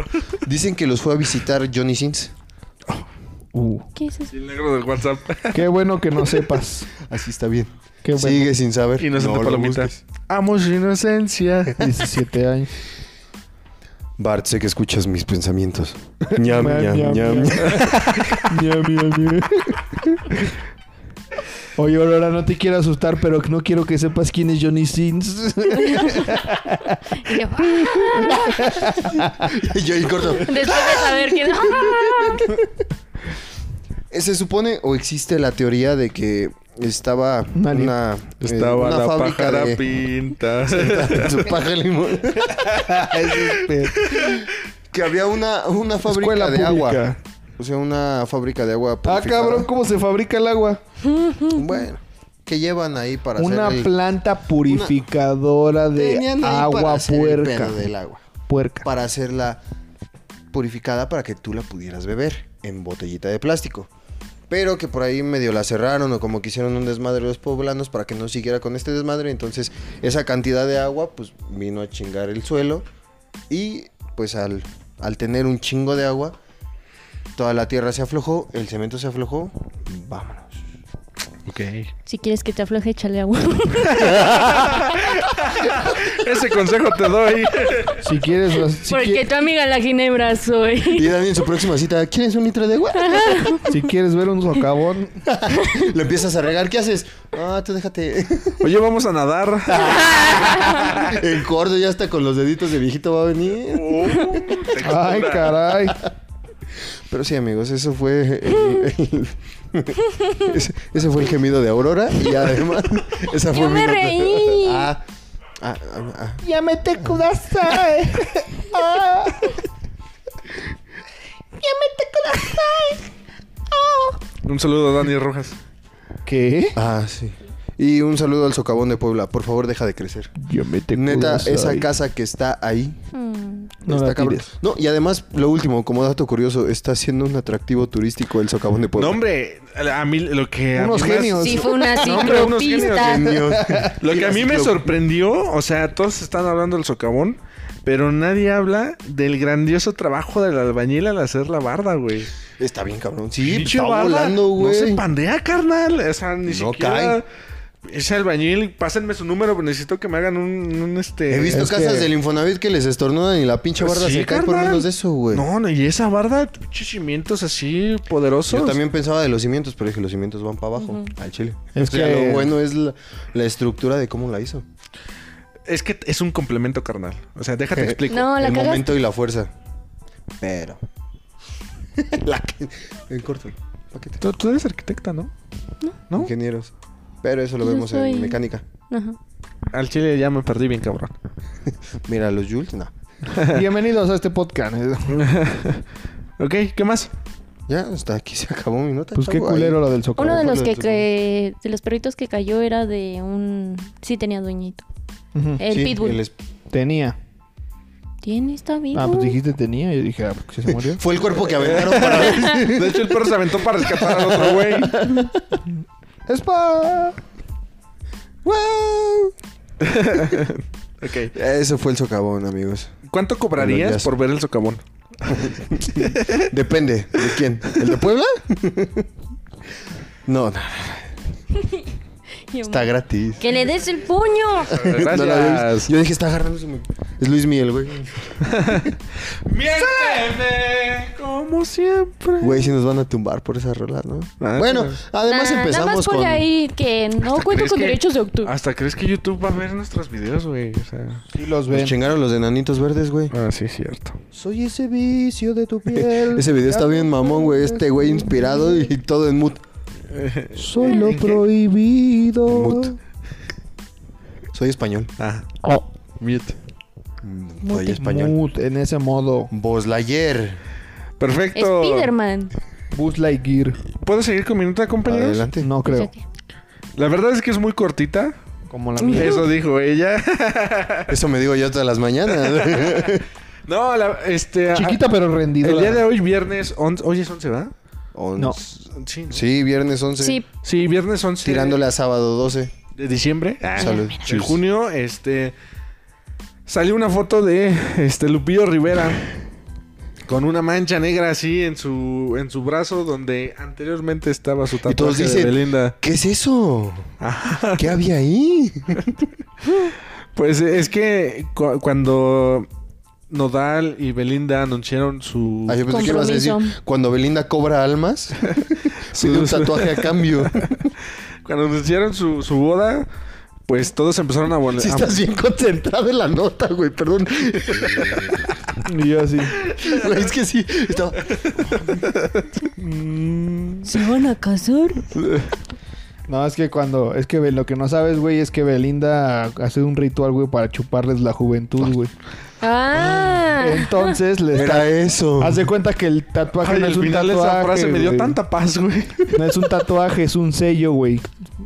dicen que los fue a visitar Johnny Sins.
Uh,
¿Qué es eso?
el negro del WhatsApp.
qué bueno que no sepas.
Así está bien.
Qué bueno.
Sigue sin saber.
Inocente
No lo
palomita.
busques.
Amo su inocencia.
17 años.
Bart, sé que escuchas mis pensamientos. ñam,
Ñam,
ñam,
ñam,
ñam.
Mía, mía, mía. Oye, Aurora, no te quiero asustar, pero no quiero que sepas quién es Johnny Sins.
Y yo, ah,
Y Yo ahí corto.
después de saber quién.
Eh, Se supone o existe la teoría de que estaba
Nadie.
una, eh,
Estaba
una
la
fábrica
pájara
de-
pinta.
su paja de limón. que había una, una fábrica
Escuela
de agua.
pública.
O sea, una fábrica de agua.
Ah,
purificada.
cabrón, ¿cómo se fabrica el agua?
Bueno, que llevan ahí para
Una
hacer el-
planta purificadora de
Tenían ahí para
agua
hacer el
puerca.
pedo del agua.
Puerca.
Para hacerla purificada para que tú la pudieras beber en botellita de plástico. Pero que por ahí medio la cerraron o como que hicieron un desmadre los poblanos para que no siguiera con este desmadre. Entonces esa cantidad de agua pues vino a chingar el suelo. Y pues al, al tener un chingo de agua, toda la tierra se aflojó, el cemento se aflojó. Vámonos.
ok.
Si quieres que te afloje, échale agua.
Ese consejo te doy.
Si quieres, las- si,
Porque
qui-
tu amiga la ginebra soy.
Y Dani en su próxima cita, ¿quieres un litro de agua?
si quieres ver un socavón,
Lo empiezas a regar, ¿qué haces? Ah, tú déjate.
Oye, vamos a nadar.
El cordo ya hasta con los deditos de viejito va a venir.
ay, caray.
Pero sí, amigos, eso fue el, el- ese, ese fue el gemido de Aurora y además esa fue
Yo me
nota.
reí.
Ah, ah, ah, ah.
Ya me te kudasai.
Un saludo a Dani Rojas.
¿Qué?
Ah, sí. Y un saludo al socavón de Puebla. Por favor, deja de crecer.
Ya me te
Neta,
kudasai.
esa casa que está ahí.
Mm.
No
está
la
cabrón.
tires.
No, y además, lo último, como dato curioso, está siendo un atractivo turístico el socavón de
No,
Puebla.
hombre. A mí lo que. a
Unos
mí más-
genios.
Sí, fue una
No, hombre, unos
ciclopista.
Genios.
Lo que a mí me
Ciclo-
sorprendió, o sea, todos están hablando del socavón, pero nadie habla del grandioso trabajo del albañil al hacer la barda, güey.
Está bien, cabrón. Sí,
Pinche
está
barda
volando,
No
güey.
se pandea, carnal. O sea, ni
No
siquiera. es albañil, pásenme su número, pero necesito que me hagan un, un, este...
He visto
Es
casas
que-
del Infonavit que les estornudan y la pinche
Pues
barda
sí,
se cae por
carnal.
menos de eso, güey.
No, no, y esa barda, pinches cimientos así poderosos.
Yo también pensaba de los cimientos, pero dije, los cimientos van para abajo, al chile.
Es
o sea,
que-
lo bueno es la, la estructura de cómo la hizo.
Es que es un complemento carnal. O sea, déjate explico.
No, la
El
cagaste.
momento y la fuerza. Pero... la que... En corto. Paquete.
Tú, tú eres arquitecta, ¿no? No.
Ingenieros. Pero eso lo
Yo
vemos
soy-
en mecánica.
Ajá.
Al chile ya me perdí bien, cabrón.
Mira, los Jules, no.
Bienvenidos a este podcast.
ok, ¿qué más?
Ya, hasta aquí se acabó mi nota.
Pues qué
chavo, ahí.
culero lo del socorro.
Uno de los que,
Entonces,
que- de los perritos que cayó era de un sí tenía dueñito.
Ujú.
El
Sí,
pitbull.
el es-
Tenía.
Tiene está vivo.
Ah, pues dijiste tenía. Yo dije, ah, ¿por qué se murió?
Fue el cuerpo que aventaron para ver.
Ah, De hecho, el perro se aventó para rescatar al otro güey.
¡Spa!
¡Wow!
ok.
Eso fue el socavón, amigos. Buenos
¿Cuánto cobrarías
días.
por ver el socavón?
Depende. ¿De quién? ¿El de Puebla? No, no.
Y yo,
Está gratis.
¡Que le des el puño!
No la había visto. Yo dije, está agarrándose. mi- Es Luis Miguel, güey.
¡Miénteme! Como siempre.
Güey, si nos van a tumbar por esa rola, ¿no?
Ah,
bueno,
claro.
además
Nah,
empezamos
nada más
con...
ponle ahí que no cuento
¿Crees
con
que- Ah,
derechos de autor.
Hasta crees que YouTube va a ver nuestros videos, güey. O sea.
Sí los
Nos
ven.
chingaron los enanitos verdes, güey.
Ah, sí, cierto.
Soy ese vicio de tu piel.
Ese video está bien mamón, güey. Este güey inspirado y todo en mood.
Soy lo
¿En qué?
prohibido.
Mut. Soy español.
Ah,
Oh,
mute.
Soy español.
mut, en ese modo.
Vos Lightyear.
Perfecto.
Spiderman.
Buzz Lightyear.
¿Puedo seguir con mi nota, compañeros?
Adelante.
No
O sea
creo.
que-
La verdad es que es muy cortita.
Como la mía.
Eso dijo ella.
Eso me digo yo todas las mañanas.
no, la, este.
Chiquita pero rendida.
El día de hoy, viernes 11. Hoy es 11, ¿verdad?
Once.
No.
Sí, ¿no?
Sí, viernes 11.
Sí,
Sí, viernes 11.
Tirándole a Ah. sábado 12.
De diciembre.
Ah,
Salud.
En
Cheers.
junio, este. Salió una foto de este Lupillo Rivera. Con una mancha negra así en su, en su brazo donde anteriormente estaba su tatuaje
Y todos dicen-
de Belinda.
¿Qué es eso?
Ajá.
¿Qué había ahí?
Pues es que cu- cuando Nodal y Belinda anunciaron su...
Ah, yo pensé que ibas a decir,
Compromiso.
cuando Belinda cobra almas, pide un tatuaje a cambio.
Cuando anunciaron su, su boda, pues todos empezaron a volver.
Si estás bien concentrado en la nota, güey, perdón.
Y yo así.
Güey, es que sí, estaba...
¿se van a casar?
No, es que cuando. Es que ve- lo que no sabes, güey, es que Belinda hace un ritual, güey, para chuparles la juventud, güey.
Ah.
Entonces les
Era eso.
Haz de cuenta que el tatuaje
Ay,
no es
al
un
final
tatuaje.
esa frase me dio
güey.
tanta paz, güey.
No es un tatuaje, es un sello, güey.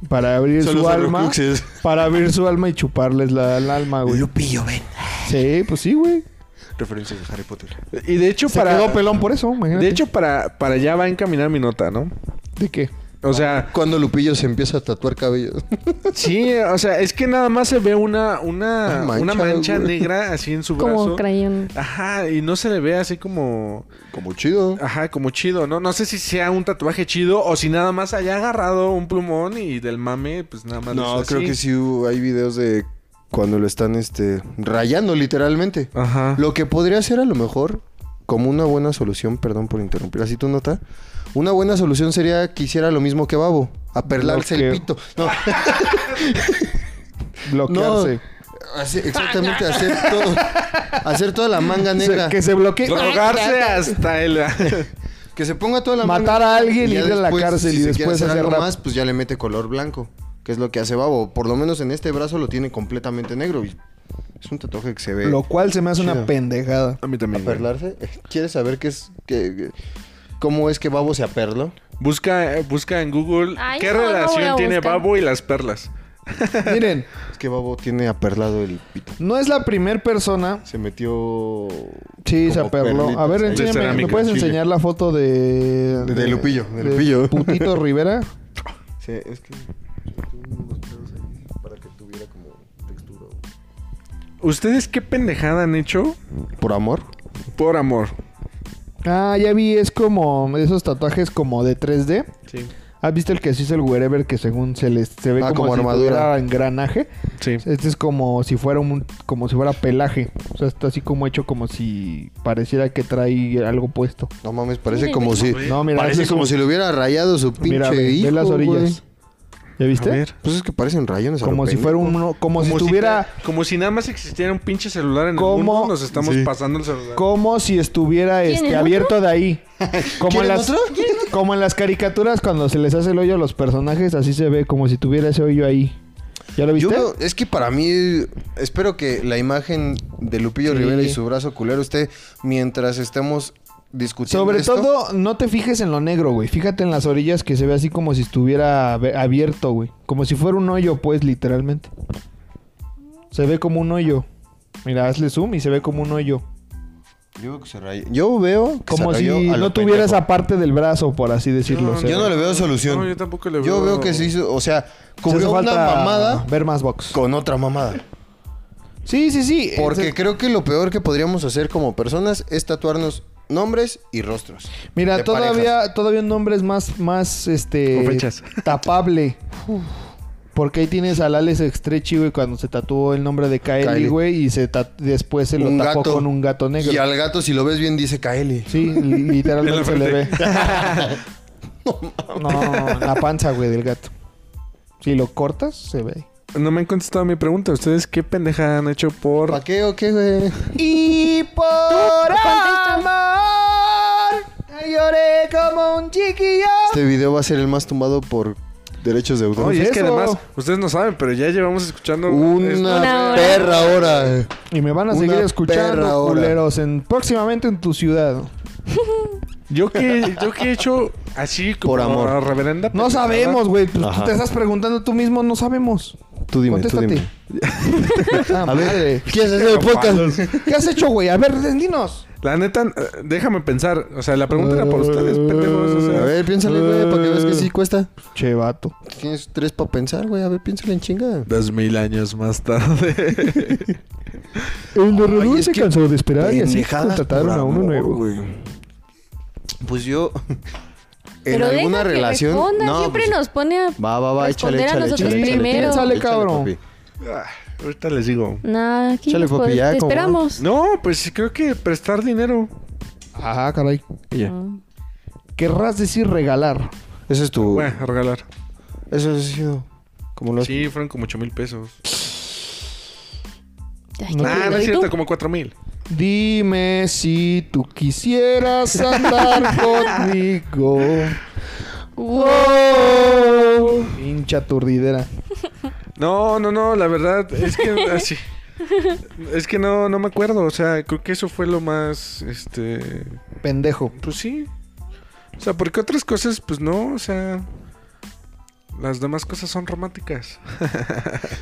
Para abrir
Son
su
los
alma.
horrocruxes.
Para abrir su alma y chuparles la, el alma,
Ah,
güey.
Lupillo, ven.
Sí, pues sí, güey.
Referencias de Harry Potter.
Y de hecho,
Se
para...
quedó pelón por eso, imagínate.
De hecho, para, para allá va encaminada mi nota, ¿no?
¿De qué?
O sea,
Cuando Lupillo se empieza a tatuar cabello.
sí, o sea, es que nada más se ve una, una,
Una
una mancha,
mancha, güey.
negra así en su brazo.
Como crayón.
Ajá, y no se le ve así como...
Como chido.
Ajá, como chido, ¿no? No sé si sea un tatuaje chido o si nada más haya agarrado un plumón y del mame, pues nada más.
No,
hizo
creo
así.
que sí hubo- hay videos de cuando lo están este rayando literalmente.
Ah.
Ajá.
Lo que podría ser a lo mejor como una buena solución, perdón por interrumpir así tu nota, una buena solución sería que hiciera lo mismo que Babo, aperlarse
Lo que-
el pito. No, no.
Bloquearse.
hace- exactamente hacer todo hacer toda la manga
Se-
negra,
que se bloquee. ah,
Drogarse hasta el.
que se ponga toda la manga
Matar a alguien
ya
y ir a la
después,
cárcel
si
y
se quiere
después
hacer
hacer
algo
rap.
más, pues ya le mete color blanco, que es lo que hace Babo, por lo menos en este brazo lo tiene completamente negro. y es un tatuaje que se ve
Lo cual se me hace una
pues. Chido.
pendejada.
A mí también. güey.
¿Aperlarse? ¿Quieres saber qué es? qué- qué- ¿Cómo es que Babo se aperló?
Busca, eh, busca en Google
Ay,
qué
no, no voy
relación
a
tiene
buscar.
Babo y las perlas.
Miren,
Es que Babo tiene aperlado el pito.
no es la primer persona.
Se metió.
Sí,
como
se aperló.
perlitas
A ver,
ahí.
enseña-
enséñame. ¿Me
cerámica,
puedes
Chile.
enseñar la foto de.
De- de Lupillo, de Lupillo.
Putito Rivera.
Sí, es que. tuvo unos pedos ahí para que tuviera como textura.
¿Ustedes qué pendejada han hecho
¿Por amor?
por amor?
Ah, ya vi, es como esos tatuajes como de 3D.
Sí.
¿Has visto el que se hizo el wherever que según se les se ve
Ah,
como,
como
si
armadura.
tuviera engranaje?
Sí.
Este es como si fuera un como si fuera pelaje, o sea, está así como hecho como si pareciera que trae algo puesto.
No mames, parece
Mira,
como
ve.
si.
No, mira,
parece
es
como
un-
si le hubiera rayado su pinche
Mira, ve, ve
hijo,
las orillas.
güey.
¿Ya
A
viste?
ver.
Pues es que parecen rayones. a lo
Como si
pendejo.
fuera uno como, si tuviera
como si nada más existiera un pinche celular en
¿Cómo?
el mundo, nos estamos
Sí.
pasando el celular.
como si estuviera
¿Quieren
este
otro?
abierto de ahí. Como en
¿Quieren
las
otro?
como en las caricaturas cuando se les hace el hoyo a los personajes, así se ve como si tuviera ese hoyo ahí. ¿Ya lo viste?
Yo no- es que para mí, espero que la imagen de Lupillo
Sí.
Rivera y su brazo culero esté mientras estemos discutiendo.
Sobre
esto.
todo, no te fijes en lo negro, güey. Fíjate en las orillas que se ve así como si estuviera abe- abierto, güey. Como si fuera un hoyo, pues, literalmente. Se ve como un hoyo. Mira, hazle zoom y se ve como un hoyo.
Yo veo que se rayó. Yo veo que
Como
se
si
rayó a lo
no tuviera
pendejo.
esa parte del brazo, por así decirlo.
No,
se
Yo
ve.
no le veo solución.
No, yo tampoco le
Yo
veo-
veo que se hizo, o sea,
Se hace
cubrió una
falta
mamada
Ver más box.
con otra mamada.
Sí, sí, sí.
Porque
Eh,
creo que lo peor que podríamos hacer como personas es tatuarnos nombres y rostros.
Mira,
de
todavía, todavía un nombre es más, más, este...
O fechas.
Tapable. Porque ahí tienes al Alex Estrechi, güey, cuando se tatuó el nombre de Kaeli,
Kylie.
güey, y se tat- después se lo
Un
tapó
gato.
con un gato negro.
Y al gato, si lo ves bien, dice Kaeli.
Sí, li-
En la
literalmente se le ve.
frente.
no, en la panza, güey, del gato. Si lo cortas, se ve.
No me han contestado mi pregunta. ¿Ustedes qué pendeja han hecho por
¿Para qué o qué, güey?
Y por amor lloré como un chiquillo.
Este video va a ser el más tumbado por derechos de autor.
Oye, es que
eso.
además, ustedes no saben, pero ya llevamos escuchando.
una,
Una hora.
perra hora.
Y me van a
Una
seguir
perra
escuchando,
ahora.
culeros, en, próximamente en tu ciudad.
Yo que, yo que he hecho así como
Por amor.
la reverenda.
No
pendejada.
sabemos, güey. Tú- tú
Ajá.
Te estás preguntando tú mismo, no sabemos.
Tú dime,
Contéstate.
tú dime.
Ah, madre.
¿Quieres hacer el podcast?
¿Qué has hecho, güey? A ver, dinos.
La neta, eh, déjame pensar. O sea, la pregunta era por
Eh,
ustedes, pendejos. o sea.
A ver, piénsale, güey, para que veas que sí cuesta.
Che, vato.
Tienes tres para pensar, güey. A ver, piénsale en chinga.
Dos mil años más tarde.
El de
Ay,
Redul
es
se
que
cansó de esperar y así
Pendejadas
contrataron
por
a Ah, uno
amor,
nuevo.
güey. Pues yo. En
Pero
alguna
deja que
relación.
responda,
no,
siempre
pues,
nos pone a...
Va, va, va, échale,
responder a
échale,
nosotros
échale, échale.
primero.
Piénsale, cabrón.
papi.
Ah, Ahorita les digo.
Nah, aquí
Chale,
nos
papi,
pod-
ya,
te
como-
esperamos.
No, pues creo que prestar dinero.
Ajá, caray.
Y ya.
Ah.
Querrás decir regalar.
Eso es tu.
Bueno, a regalar.
Eso ha sido. Como lo has-
Sí, fueron como ocho mil pesos.
Ay, qué
No,
Ah, no
lindo.
es
¿Y tú?
cierto, como cuatro mil.
Dime si tú quisieras andar conmigo. Oh, hincha turdidera.
No, no, no, la verdad es que así. Es que no, no me acuerdo, o sea, creo que eso fue lo más, este,
Pendejo.
pues sí. O sea, porque otras cosas, pues no, o sea, las demás cosas son románticas.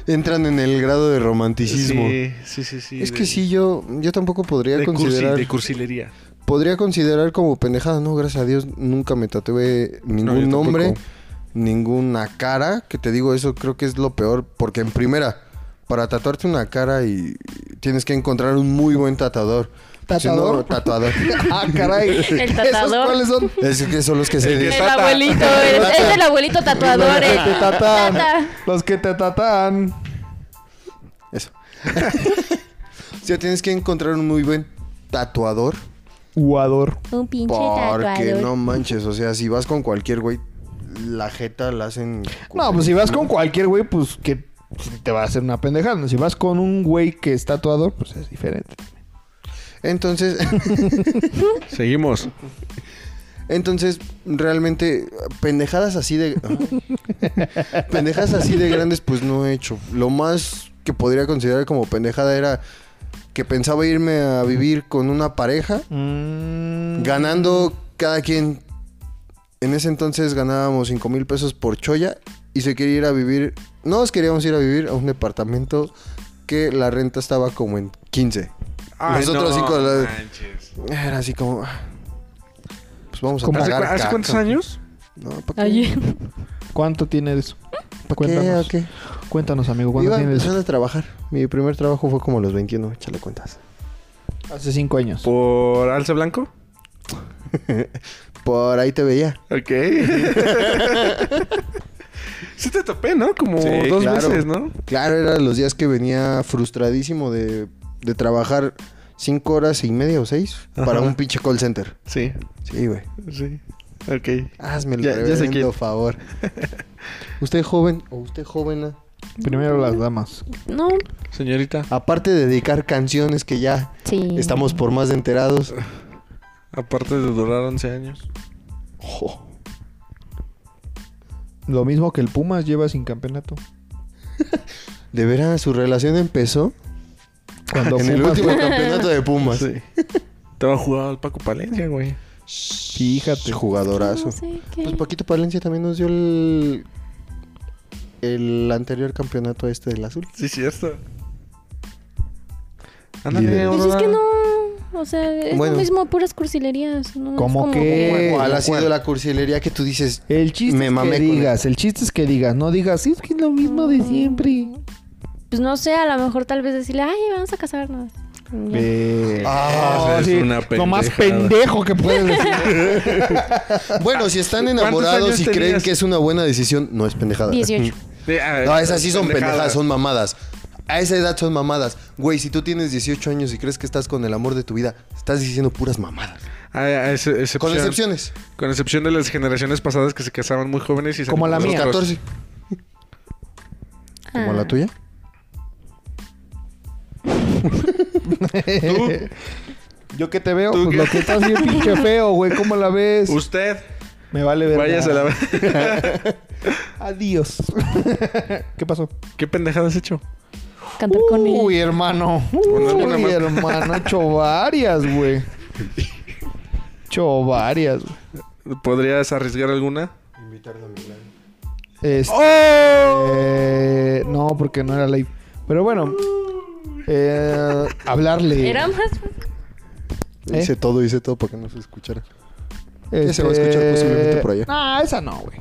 Entran en el grado de romanticismo.
Sí, sí, sí, sí.
Es
de-
que sí, yo, yo tampoco podría
de, cursi-
considerar.
de cursilería.
Podría considerar como pendejada, no, gracias a Dios, nunca me tatué
No,
ningún
yo
nombre,
tampoco.
ninguna cara, que te digo eso creo que es lo peor, porque en primera, para tatuarte una cara y tienes que encontrar un muy buen tatuador. Si no,
¿Tatuador?
tatuador.
Ah, caray.
El
¿Esos
tatuador.
cuáles son?
es que son los que se...
El que
El
Tata.
abuelito, es, es el abuelito tatuador.
Los que
eh.
te tatan.
Tata.
Los que te tatan.
Eso. o sea, tienes que encontrar un muy buen tatuador.
Jugador.
Un pinche
Porque
tatuador.
no manches, o sea, si vas con cualquier güey, la jeta la hacen...
No, pues si vas con cualquier güey, pues que te va a hacer una pendejada. Si vas con un güey que es tatuador, pues es diferente.
Entonces...
Seguimos.
Entonces, realmente, pendejadas así de. pendejadas así de grandes, pues no he hecho. Lo más que podría considerar como pendejada era que pensaba irme a vivir con una pareja, Mm. ganando cada quien. En ese entonces ganábamos 5 mil pesos por choya y se quería ir a vivir. Nos queríamos ir a vivir a un departamento que la renta estaba como en 15. Nosotros
Ah, no
así con la-
manches.
Era así como. ah, Pues vamos a
¿Cómo?
¿Hace,
pagar
cu- hace
caca.
cuántos años?
No, ¿pa' qué?
Oye,
¿Cuánto tiene eso?
¿Pa'
Cuéntanos.
qué? ¿A qué?
Cuéntanos, amigo, ¿cuánto
Iba
tiene eso?
empezando a trabajar. Mi primer trabajo fue como a los 21, échale cuentas.
Hace cinco años.
¿Por Alce Blanco?
Por ahí te veía.
Ok. sí te topé, ¿no? Como
Sí,
dos
claro.
veces, ¿no?
Claro, eran los días que venía frustradísimo de, de trabajar cinco horas y media o seis para
Ajá.
un pinche call center.
Sí,
Sí, güey.
sí. Ok.
Hazme el
Ya- ya sé
reverendo
quién.
favor. Usted joven o usted joven,
Primero las damas.
No,
Señorita,
aparte de dedicar canciones que ya
sí.
estamos por más de enterados.
aparte de durar 11 años.
Ojo.
Lo mismo que el Pumas lleva sin campeonato.
De veras, su relación empezó
Cuando
en el
Pumas-
último campeonato de Pumas.
Sí. Te va a jugar al Paco Palencia, güey.
Fíjate.
Jugadorazo.
No sé qué.
Pues Paquito Palencia también nos dio el, el anterior campeonato este del azul.
Sí, cierto.
Líder.
Ándale,
Pues es
Aurora.
que no. O sea, es
Bueno.
lo mismo, puras cursilerías. No, Es
¿Cómo
como-
qué?
¿Cuál ha
¿Cuál?
sido la cursilería que tú dices?
El chiste
Me
es
mamé
que
con él.
digas, el chiste es que digas, no digas, "Sí, es que es lo mismo de siempre.
Pues no sé, a lo mejor tal vez decirle, ay, vamos a casarnos. Ya.
Ah,
Esa es
sí,
una
lo más
pendejada.
pendejo que puedes decir.
Bueno, si están
¿Cuántos
enamorados
años
y creen
tenías?
que es una buena decisión, no es pendejada.
18.
Sí, ah,
No, esas sí son pendejadas, son mamadas. A esa edad son mamadas. Güey, si tú tienes 18 años y crees que estás con el amor de tu vida, estás diciendo puras mamadas.
Ah, ah, ex- excepción.
Con excepciones.
Con excepción de las generaciones pasadas que se casaban muy jóvenes y se
Como la
Los
mía.
14.
Ah.
Yo que te veo,
¿Tú
pues
qué?
lo que estás bien pinche feo, güey, ¿cómo la ves?
Usted,
Me vale ver.
váyase a la...
Adiós. ¿Qué pasó?
¿Qué pendejada has hecho?
Cantar con él.
Uy, hermano.
Con alguna
Uy,
marca.
hermano, hecho varias, güey. Hecho varias. güey.
¿Podrías arriesgar alguna?
Este,
¡Oh!
eh, no, porque no era live. Pero bueno, eh, hablarle.
Era más.
¿Eh?
Hice todo, hice todo para que no se escuchara.
Este-
se va a escuchar posiblemente por allá.
Nah, esa no, güey.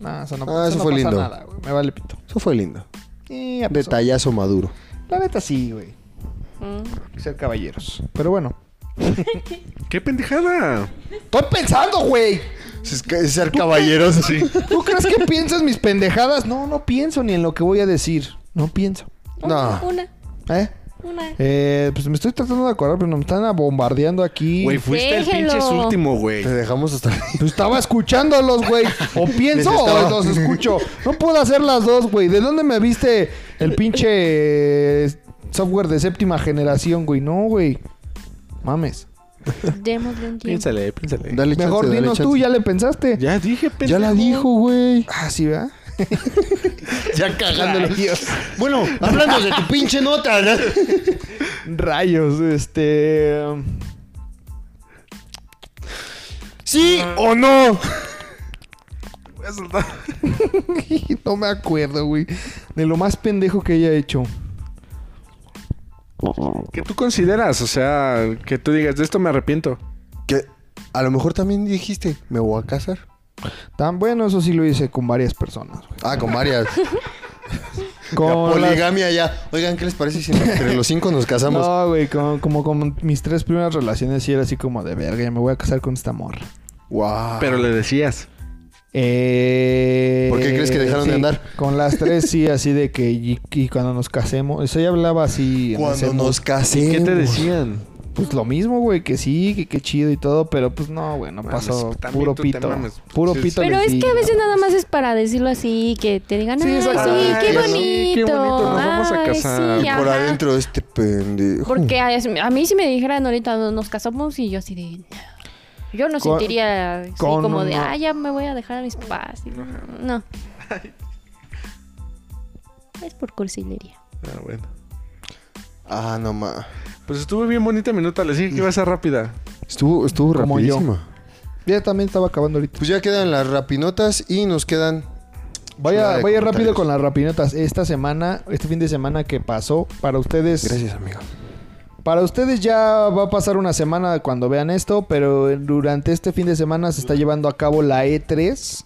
Nah, esa no,
Ah,
esa
eso
no
fue
pasa
lindo.
nada, güey. Me vale pito.
Eso fue lindo.
Eh, ya pasó.
Detallazo maduro.
La neta sí, güey.
Mm.
Ser caballeros. Pero bueno.
¿Qué pendejada?
Estoy pensando, güey.
Ser caballeros. Sí.
¿Tú crees que piensas mis pendejadas? No, no pienso ni en lo que voy a decir. No pienso.
Una,
No.
Una,
¿Eh?
una.
Eh, pues me estoy tratando de acordar, pero me están bombardeando aquí.
Güey, fuiste el
Déjelo.
pinche último, güey.
Te dejamos hasta...
Pues estaba escuchándolos, güey. O pienso
Les estaba-
o los escucho. No puedo hacer las dos, güey. ¿De dónde me viste el pinche eh, software de séptima generación, güey? No, güey. Mames.
Démosle un tiempo.
Piénsale, piénsale.
Dale chance,
Mejor
dale
dinos
chance.
tú, ya le pensaste.
Ya dije,
Ya
pendejo.
la dijo, güey.
Ah, sí, ¿verdad?
Ya cagándolo. Bueno, hablando de tu pinche nota. ¿no?
Rayos, este.
¿Sí o no?
Voy a soltar.
no me acuerdo, güey. De lo más pendejo que haya hecho.
¿Qué tú consideras? O sea, que tú digas, de esto me arrepiento.
Que a lo mejor también dijiste, me voy a casar.
Tan bueno, eso sí lo hice con varias personas, güey.
Ah, con varias. La
Con las-
poligamia ya. Oigan, ¿qué les parece si entre los cinco nos casamos?
No, güey, con- como con mis tres primeras relaciones sí era así como de verga, ya me voy a casar con esta morra.
Wow.
Pero le decías.
Eh,
¿Por qué crees que dejaron de
sí,
andar?
Con las tres sí, así de que y, y cuando nos casemos, eso ya hablaba así. en ese
cuando nos
mood.
casemos.
¿Qué te decían?
Pues lo mismo, güey, que sí, que qué chido y todo, pero pues no, güey, no
Mames,
pasó.
también
Puro
tú te
pito,
mames.
puro
Sí,
pito.
Pero
les
es
di,
que a veces
¿no?
nada más es para decirlo así, que te digan,
Sí,
ay, sí,
exacto.
Ay,
qué
sí,
bonito.
qué bonito, nos vamos a
Ay,
casar.
sí,
Y Ah, por
ajá.
adentro este pendejo.
Porque a, a mí si me dijeran ahorita "No, nos casamos y yo así de... Yo no
Con-
sentiría así
con
como de,
una-
ah, ya me voy a dejar a mis papás. y- No. Es por cursilería.
Ah, bueno.
Ah, no ma.
Pues estuvo bien bonita mi nota. Le dije que iba a ser rápida.
Estuvo, estuvo
Como yo.
rapidísima.
Ya también estaba acabando ahorita.
Pues ya quedan las rapinotas y nos quedan. Chulada
Vaya,
de
vaya rápido
comentarios.
con las rapinetas. Esta semana, este fin de semana que pasó, para ustedes...
Gracias, amigo.
Para ustedes ya va a pasar una semana cuando vean esto, pero durante este fin de semana se está llevando a cabo la E3,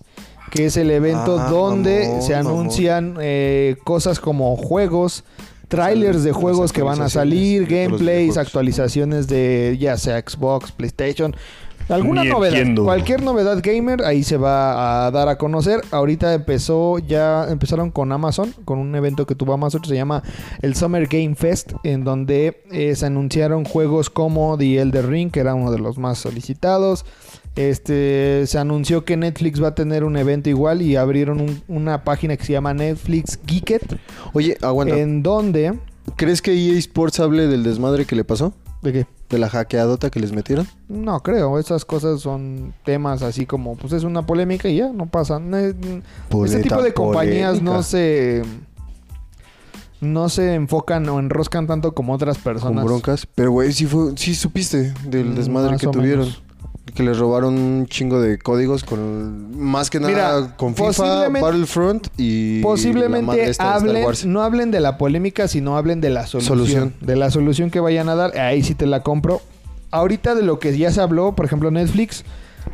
que es el evento
Ah,
donde
mamón,
se
mamón.
anuncian eh, cosas como juegos, trailers de
Las
juegos que van a
actualizaciones
salir,
de todos los
gameplays,
videojuegos.
actualizaciones de ya sea Xbox, PlayStation, Alguna
Ni
novedad,
entiendo.
cualquier novedad gamer, ahí se va a dar a conocer. Ahorita empezó, ya empezaron con Amazon, con un evento que tuvo Amazon, se llama el Summer Game Fest, en donde eh, se anunciaron juegos como The Elder Ring, que era uno de los más solicitados. Este, se anunció que Netflix va a tener un evento igual y abrieron un- una página que se llama Netflix Geeket,
Oye, aguanta.
en donde...
¿Crees que EA Sports hable del desmadre que le pasó?
¿De qué?
¿De la hackeadota que les metieron?
No creo, esas cosas son temas así como, pues es una polémica y ya, no pasa. No es- ese
Poleta
tipo de compañías
polémica.
no se no se enfocan o enroscan tanto como otras
Con
personas.
broncas. Pero, güey, sí, fue, sí supiste del
Mm,
desmadre
más
que
o
tuvieron.
menos.
Que les robaron un chingo de códigos con... Más que nada
Mira,
con FIFA,
posiblemente-
Battlefront y... la madre
Posiblemente
esta de Star
hablen,
Wars.
no hablen de la polémica, sino hablen de la solución,
Solución.
De la solución que vayan a dar, ahí sí te la compro. Ahorita de lo que ya se habló, por ejemplo, Netflix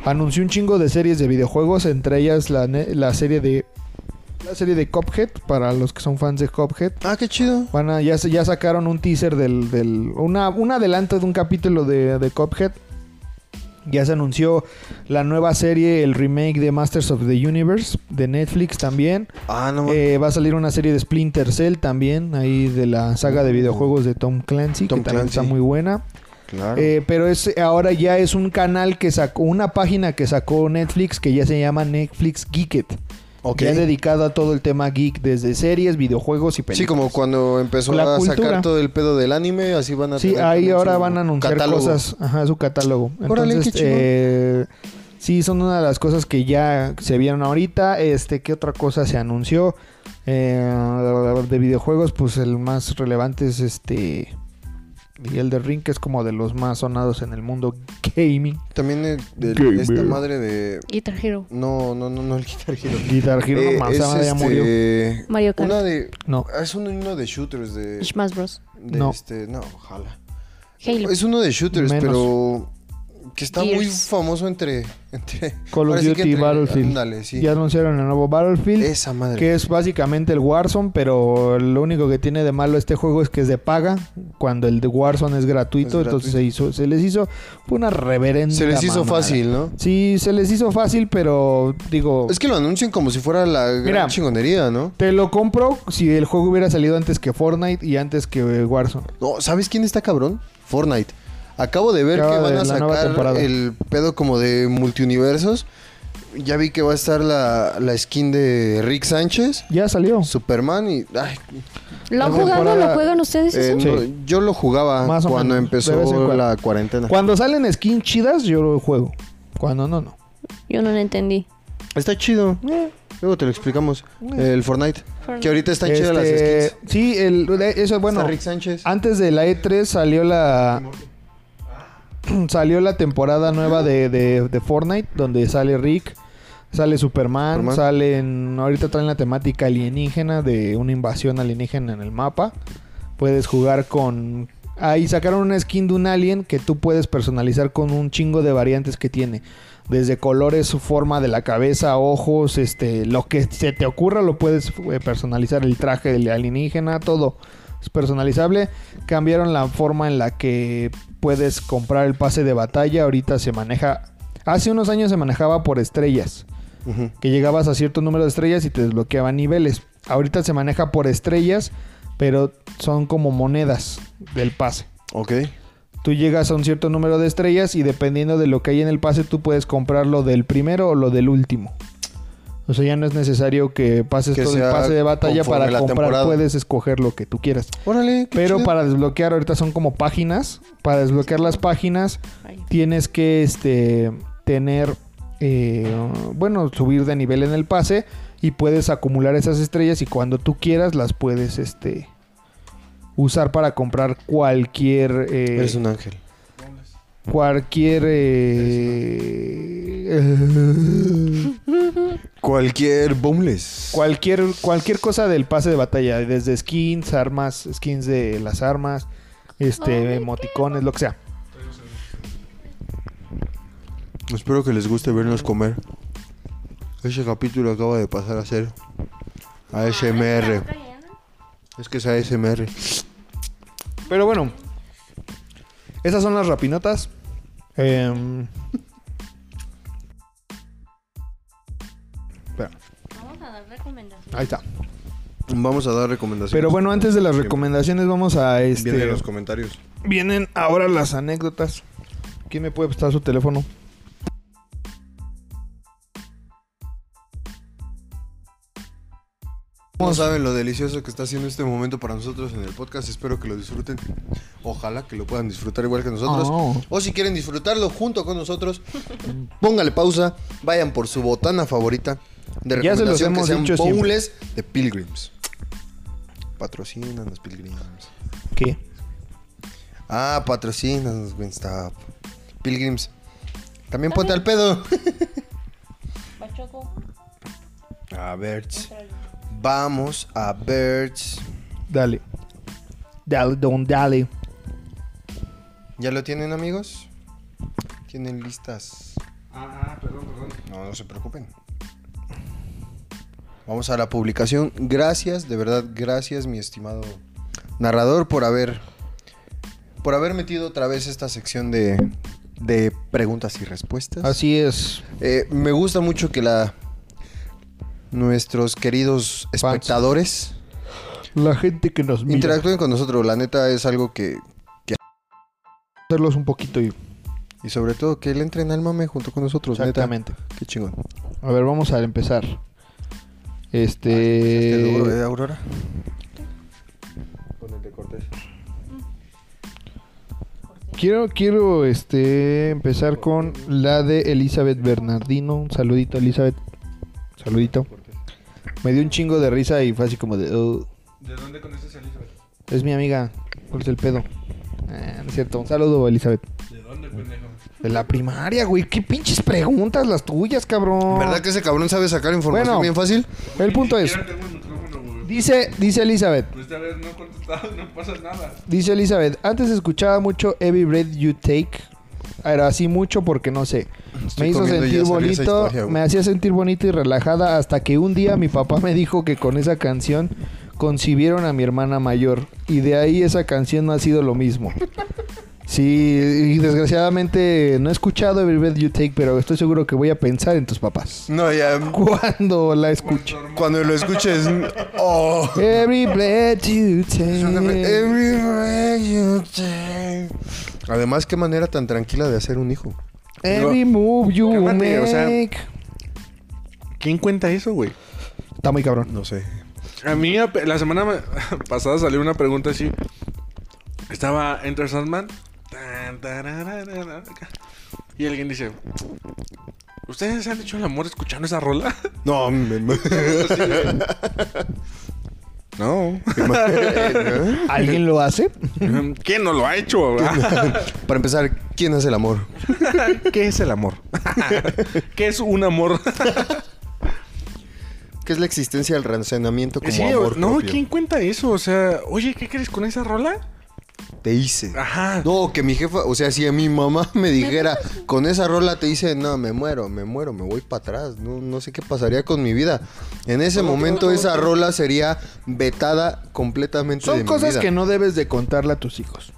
anunció un chingo de series de videojuegos, entre ellas la, ne- la serie de la serie de Cuphead, para los que son fans de Cuphead.
Ah, qué chido.
Van a- ya, se- ya sacaron un teaser del... del una, un adelanto de un capítulo de, de Cuphead. Ya se anunció la nueva serie, el remake de Masters of the Universe de Netflix también.
Ah, no, mames.
Eh, va a salir una serie de Splinter Cell también, ahí de la saga de videojuegos de Tom Clancy,
Tom
que también
Clancy.
está muy buena.
claro.
Eh, pero es, ahora ya es un canal que sacó, una página que sacó Netflix que ya se llama Netflix Geeket.
Ok.
Ya dedicado a todo el tema geek, desde series, videojuegos y películas.
Sí, como cuando empezó
La
a
cultura.
sacar todo el pedo del anime, así van a
Sí,
tener
ahí
también
ahora
su
van a anunciar
catálogo.
cosas. Ajá, su catálogo.
Órale,
Entonces,
qué chingón.
eh, sí, son una de las cosas que ya se vieron ahorita. Este, ¿qué otra cosa se anunció? Eh, de videojuegos, pues el más relevante es este. El de Ring, que es como de los más sonados en el mundo gaming.
También el- el-
Gamer.
esta madre de...
Guitar Hero.
No, no, no, no, el Guitar Hero.
Guitar Hero,
Eh,
no, mames,
es
ya murió.
este,
Mario Kart.
Una de...
No.
Es un- uno de shooters de...
Smash Bros.
de
No.
Este, no, ojalá.
Halo.
Es uno de shooters,
Menos.
pero... Que está muy
Gears.
famoso entre... entre
Call
ahora
of
sí que
Duty
entre-
Battlefield.
ándale, sí.
Ya anunciaron el nuevo Battlefield.
Esa madre.
Que es básicamente el Warzone, pero lo único que tiene de malo este juego es que es de paga, cuando el de Warzone es gratuito,
Es gratuito.
entonces se hizo, se les hizo fue una reverenda.
Se les hizo
mamada.
fácil, ¿no?
Sí, se les hizo fácil, pero digo,
Es que lo anuncian como si fuera la gran
Mira.
chingonería, ¿no?
te lo compro si el juego hubiera salido antes que Fortnite y antes que eh, Warzone.
No, ¿sabes quién está cabrón? Fortnite. Acabo de ver
Acaba
que van
de
a
la nueva
sacar
temporada.
el pedo como de multiuniversos. Ya vi que va a estar la, la skin de Rick Sánchez,
Ya salió.
Superman y... ay,
¿Lo han
la
jugado?
temporada-
¿Lo juegan ustedes?
eh,
eso?
Sí.
no, yo lo jugaba
Más o
cuando
menos, de vez en
empezó
cuando.
la cuarentena.
Cuando salen skins chidas, yo lo juego. Cuando no, no.
Yo no lo entendí.
Está chido.
Eh.
Luego te lo explicamos. El Fortnite.
Fortnite.
Que ahorita están chidas las
Este,
skins.
Sí, el, eso es bueno.
Está Rick Sánchez.
Antes de la E3 salió la. Salió la temporada nueva de, de- de Fortnite, donde sale Rick, sale Superman,
Superman.
salen. Ahorita traen la temática alienígena de una invasión alienígena en el mapa. Puedes jugar con. Ahí sacaron una skin de un alien que tú puedes personalizar con un chingo de variantes que tiene. Desde colores, su forma de la cabeza, ojos, este, lo que se te ocurra lo puedes eh, personalizar. El traje del alienígena, todo es personalizable. Cambiaron la forma en la que puedes comprar el pase de batalla. Ahorita se maneja. Hace unos años se manejaba por estrellas.
Ujú.
Que llegabas a cierto número de estrellas y te desbloqueaban niveles. Ahorita se maneja por estrellas, pero son como monedas del pase.
Ok.
Tú llegas a un cierto número de estrellas y dependiendo de lo que hay en el pase, tú puedes comprar lo del primero o lo del último. O sea, ya no es necesario que pases
Que
todo el
sea
pase de batalla
conforme
para
la
comprar.
temporada.
Puedes escoger lo que tú quieras.
Órale. qué
Pero
chido.
para desbloquear, ahorita son como páginas. Para desbloquear las páginas, tienes que este, tener, eh, bueno, subir de nivel en el pase y puedes acumular esas estrellas y cuando tú quieras las puedes este, usar para comprar cualquier... eh,
Eres un ángel.
Cualquier... eh,
Cualquier boneless.
cualquier cualquier cosa del pase de batalla, desde skins, armas, skins de las armas, este emoticones, lo que sea.
Espero que les guste vernos comer. Ese capítulo acaba de pasar a ser ASMR. Es que es ASMR.
Pero bueno, esas son las rapinotas. Em,
recomendación.
Ahí está.
Vamos a dar recomendaciones.
Pero bueno, antes de las recomendaciones vamos a este.
Vienen los comentarios.
Vienen ahora las anécdotas. ¿Quién me puede prestar su teléfono?
No saben lo delicioso que está haciendo este momento para nosotros en el podcast. Espero que lo disfruten. Ojalá que lo puedan disfrutar igual que nosotros.
Oh.
O si quieren disfrutarlo junto con nosotros, póngale pausa. Vayan por su botana favorita de
Ya se los
recomendación
hemos
que sean
dicho siempre.
bowls de Pilgrims. Patrocinan los Pilgrims.
¿Qué?
Ah, patrocinan Winstop. Pilgrims. También ponte al pedo.
Pachoco.
A ver. Vamos a ver.
Dale. Dale, don, dale.
¿Ya lo tienen, amigos? Tienen listas.
Ah, perdón, perdón.
No, no se preocupen. Vamos a la publicación. Gracias, de verdad, gracias, mi estimado narrador, por haber. Por haber metido otra vez esta sección de, de preguntas y respuestas.
Así es.
Eh, me gusta mucho que la. Nuestros queridos espectadores
La gente que nos mira.
interactúen con nosotros. La neta es algo que.
hacerlos un poquito y...
Y sobre todo que él entre en alma mame junto con nosotros. neta.
Exactamente.
Qué chingón.
A ver, vamos a empezar.
Este duro, ¿eh,
Este...
Aurora? Con el de Cortés.
Quiero, quiero este, empezar con la de Elizabeth Bernardino. Un saludito, Elizabeth. Saludito. Me dio un chingo de risa y fue así como de... "Oh,
¿De dónde conoces a Elizabeth?
es mi amiga. ¿Cuál es el pedo? Ah, no es cierto. Un saludo, Elizabeth.
¿De dónde, pendejo?
De la primaria, güey. Qué pinches preguntas las tuyas, cabrón.
¿Verdad que ese cabrón sabe sacar información
Bueno.
bien fácil?
El punto es...
tengo el micrófono, güey.
Dice, dice Elizabeth.
Esta vez no contestado, no pasa nada.
Dice Elizabeth, antes escuchaba mucho Every Breath You Take. Era así mucho porque no sé.
Estoy
me hizo
comiendo
sentir
ya salió esa
bonito,
historia, güey.
me hacía sentir bonito y relajada hasta que un día mi papá me dijo que con esa canción concibieron a mi hermana mayor y de ahí esa canción no ha sido lo mismo. Sí, y desgraciadamente no he escuchado Every Breath You Take, pero estoy seguro que voy a pensar en tus papás.
No, ya.
Cuando la escuche.
Cuando lo escuches. Oh.
Every Breath You Take.
Every breath you take. Además, qué manera tan tranquila de hacer un hijo.
Every move you
Cálmate, o sea,
make.
¿Quién cuenta eso, güey?
Está muy cabrón.
No sé.
A mí ap- la semana ma- pasada salió una pregunta así. Estaba Enter Sandman. tan, tarararara, acá. Y alguien dice, ¿ustedes han hecho el amor escuchando esa rola?
No, me- me-
No.
¿Alguien lo hace?
¿Quién no lo ha hecho?
Para empezar, ¿quién hace el amor?
¿Qué es el amor? ¿Qué es un amor?
¿Qué es la existencia del racionamiento como
Sí,
amor?
no,
propio?
¿quién cuenta eso? O sea, oye, ¿qué crees con esa rola?
Te hice.
Ajá.
No, que mi jefa, o sea, si a mi mamá me dijera, con esa rola te dice, no, me muero, me muero, me voy para atrás, no, no sé qué pasaría con mi vida. En ese momento esa rola sería vetada completamente de
Son
mi
cosas
vida.
que no debes de contarle a tus hijos.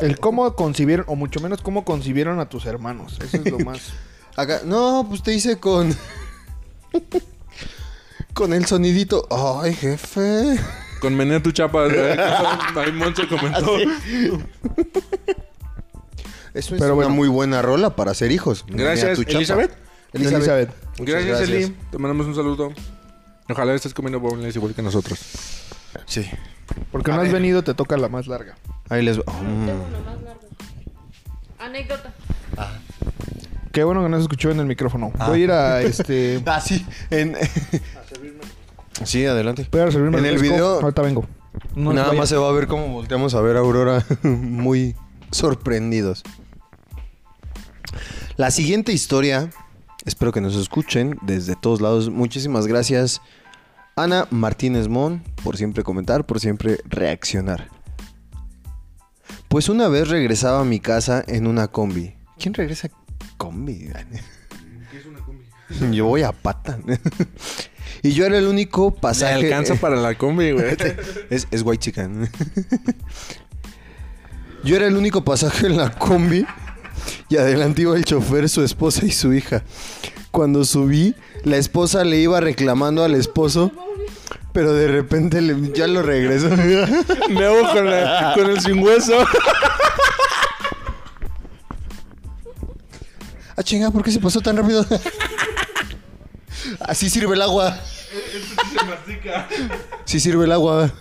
El cómo concibieron, o mucho menos cómo concibieron a tus hermanos. Eso es lo más.
Acá- no, pues te hice con... con el sonidito, ay jefe.
Con Menea tu chapa. ¿eh? Ahí Moncho comentó.
Eso es
Pero
una
bueno.
muy buena rola para ser hijos. Mira
Gracias,
tu chapa.
Elizabeth.
Elizabeth.
Elizabeth.
Muchas
Gracias, Eli. Te mandamos un saludo. Ojalá estés comiendo bowls igual que nosotros.
Sí.
Porque no has venido, te toca la más larga.
Ahí les va. Mm.
Tengo uno más largo. Anécdota.
Qué bueno que no se escuchó en el micrófono. Voy a ir a este.
Ah, sí. En... sí, adelante.
Voy a servirme
En el
refresco.
video-
Ahorita vengo. No
Nada
te
más
vayas.
se va a ver cómo volteamos a ver a Aurora muy sorprendidos. La siguiente historia, espero que nos escuchen desde todos lados. Muchísimas gracias, Ana Martínez Mon, por siempre comentar, por siempre reaccionar. Pues una vez regresaba a mi casa en una combi. ¿Quién regresa combi? Yo voy a pata. y yo era el único
Se
pasaje.
alcanza para la combi, güey.
Es, es white chicken. Yo era el único pasaje en la combi y adelante iba el chofer, su esposa y su hija. cuando subí, la esposa le iba reclamando al esposo, pero de repente le- ya lo regresó.
Me hago con, la- con el sin hueso.
ah, chinga, ¿por qué se pasó tan rápido? Así sirve el agua. Sí sirve el agua.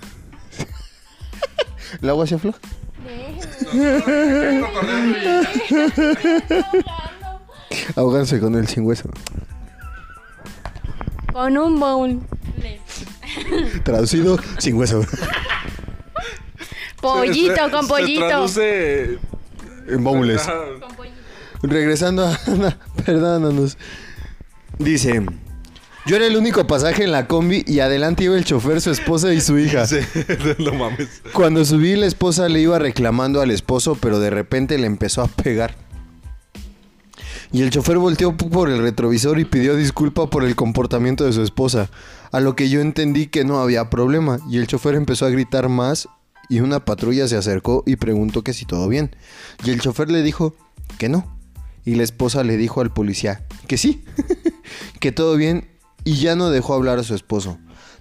¿El agua se afloja? Ahogarse con el sin hueso.
Con un bowl.
Traducido, sin hueso.
Pollito, con
Se
pollito.
traduce...
En baúles. Regresando a Ana, perdónanos. Dice, yo era el único pasaje en la combi y adelante iba el chofer, su esposa y su hija.
no mames.
Cuando subí la esposa le iba reclamando al esposo, pero de repente le empezó a pegar. Y el chofer volteó por el retrovisor y pidió disculpa por el comportamiento de su esposa, a lo que yo entendí que no había problema, y el chofer empezó a gritar más y una patrulla se acercó y preguntó que si todo bien. Y el chofer le dijo que no. Y la esposa le dijo al policía que sí, que todo bien y ya no dejó hablar a su esposo.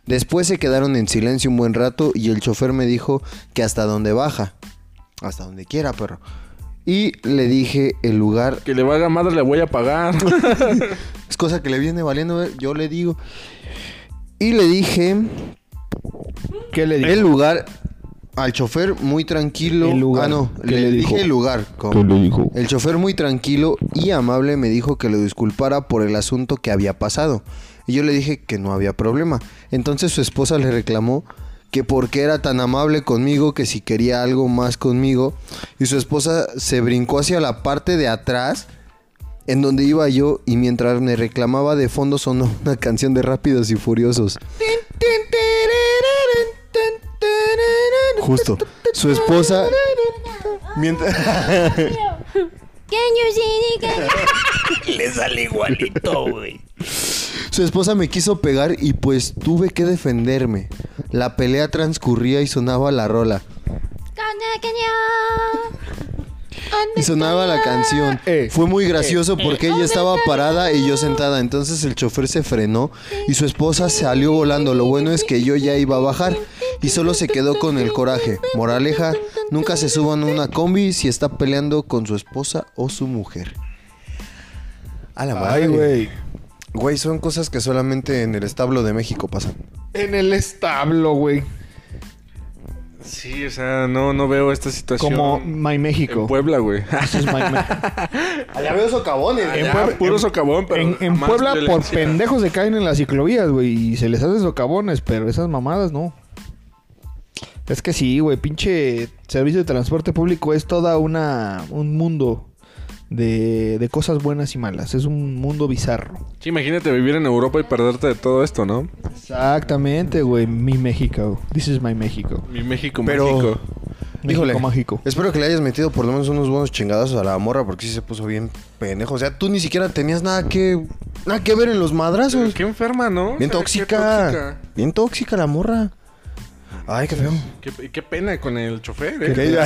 Después se quedaron en silencio un buen rato y el chofer me dijo que hasta donde baja, hasta donde quiera, perro. Y le dije el lugar
Que le valga madre, le voy a pagar.
es cosa que le viene valiendo, eh, yo le digo. Y le dije
¿Qué le
el lugar al chofer muy tranquilo.
El lugar.
Ah, no,
¿Qué
le,
le dijo?
dije el lugar. ¿cómo? El chofer muy tranquilo y amable me dijo que lo disculpara por el asunto que había pasado. Y yo le dije que no había problema. Entonces su esposa le reclamó que porque era tan amable conmigo que si quería algo más conmigo. Y su esposa se brincó hacia la parte de atrás en donde iba yo y mientras me reclamaba de fondo sonó una canción de Rápidos y Furiosos. Justo. Su esposa... Mientras...
Can you see the-
Su esposa me quiso pegar y pues tuve que defenderme. La pelea transcurría y sonaba la rola.
Ah.
Y sonaba la canción.
Eh,
Fue muy gracioso porque ella estaba parada y yo sentada. Entonces el chofer se frenó y su esposa salió volando. Lo bueno es que yo ya iba a bajar y solo se quedó con el coraje. Moraleja, nunca se suban a una combi si está peleando con su esposa o su mujer. A la madre.
Ay, güey.
Güey, son cosas que solamente en el establo de México pasan.
En el establo, güey.
Sí, o sea, no, no veo esta situación.
Como My México.
En Puebla, güey.
Eso es My México.
Allá veo Em, socavones.
En
Ya,
Puebla-
puro
en-
socavón, pero
En, en
más
Puebla por
violencia.
pendejos se caen en las ciclovías, güey. Y se les hace socavones, pero esas mamadas no. Es que sí, güey. Pinche servicio de transporte público es toda una... Un mundo de, de cosas buenas y malas. Es un mundo bizarro.
Sí, imagínate vivir en Europa y perderte de todo esto, ¿no?
Exactamente, güey. Mi México. This is my México.
Mi México
Pero-
mágico.
Híjole. México mágico.
Espero que le hayas metido por lo menos unos buenos chingadazos a la morra porque sí se puso bien pendejo. O sea, tú ni siquiera tenías nada que nada que ver en los madrazos.
Qué enferma, ¿no?
Bien
O sea,
tóxica. Bien tóxica la morra. Ay, qué feo.
Qué, tóxica. Qué- qué pena con el chofer,
Qué
¿eh?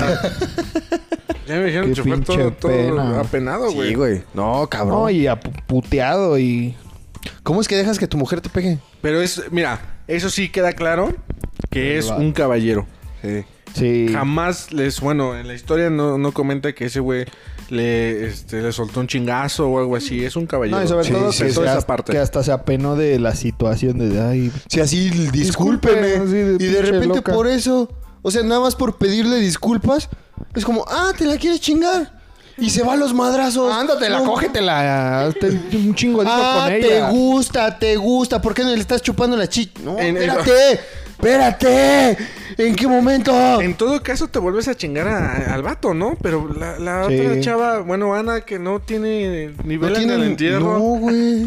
Ya me dijeron
Qué
el chofer
pinche
todo, todo
pena.
apenado, güey.
Sí, güey. No, cabrón.
No, y apu- puteado y...
¿Cómo es que dejas que tu mujer te pegue?
Pero es, mira, eso sí queda claro que es
va.
un caballero.
Sí.
Sí.
Jamás les, bueno, en la historia no, no comenta que ese güey le, este, le soltó un chingazo o algo así. Es un caballero.
No, y sobre
Sí,
todo
sí,
que,
sí,
toda
esa
esa
parte.
que hasta se apenó de la situación de... Ay,
Sí, así,
Discúlpeme,
discúlpeme.
así de
y de
pinche
repente
loca.
por eso, o sea, nada más por pedirle disculpas, es como, ah, te la quieres chingar. Y se va a los madrazos.
Ándatela,
No.
cógetela. hazte un chingodito
Ah,
con
te
ella.
gusta, te gusta. ¿Por qué no le estás chupando la chi... No,
En- en-
espérate. Espérate. ¿En qué momento?
En todo caso te vuelves a chingar a- al vato, ¿no? Pero la, la
Sí.
otra chava, bueno, Ana, que no tiene nivel en
tienen-
el entierro.
No, güey.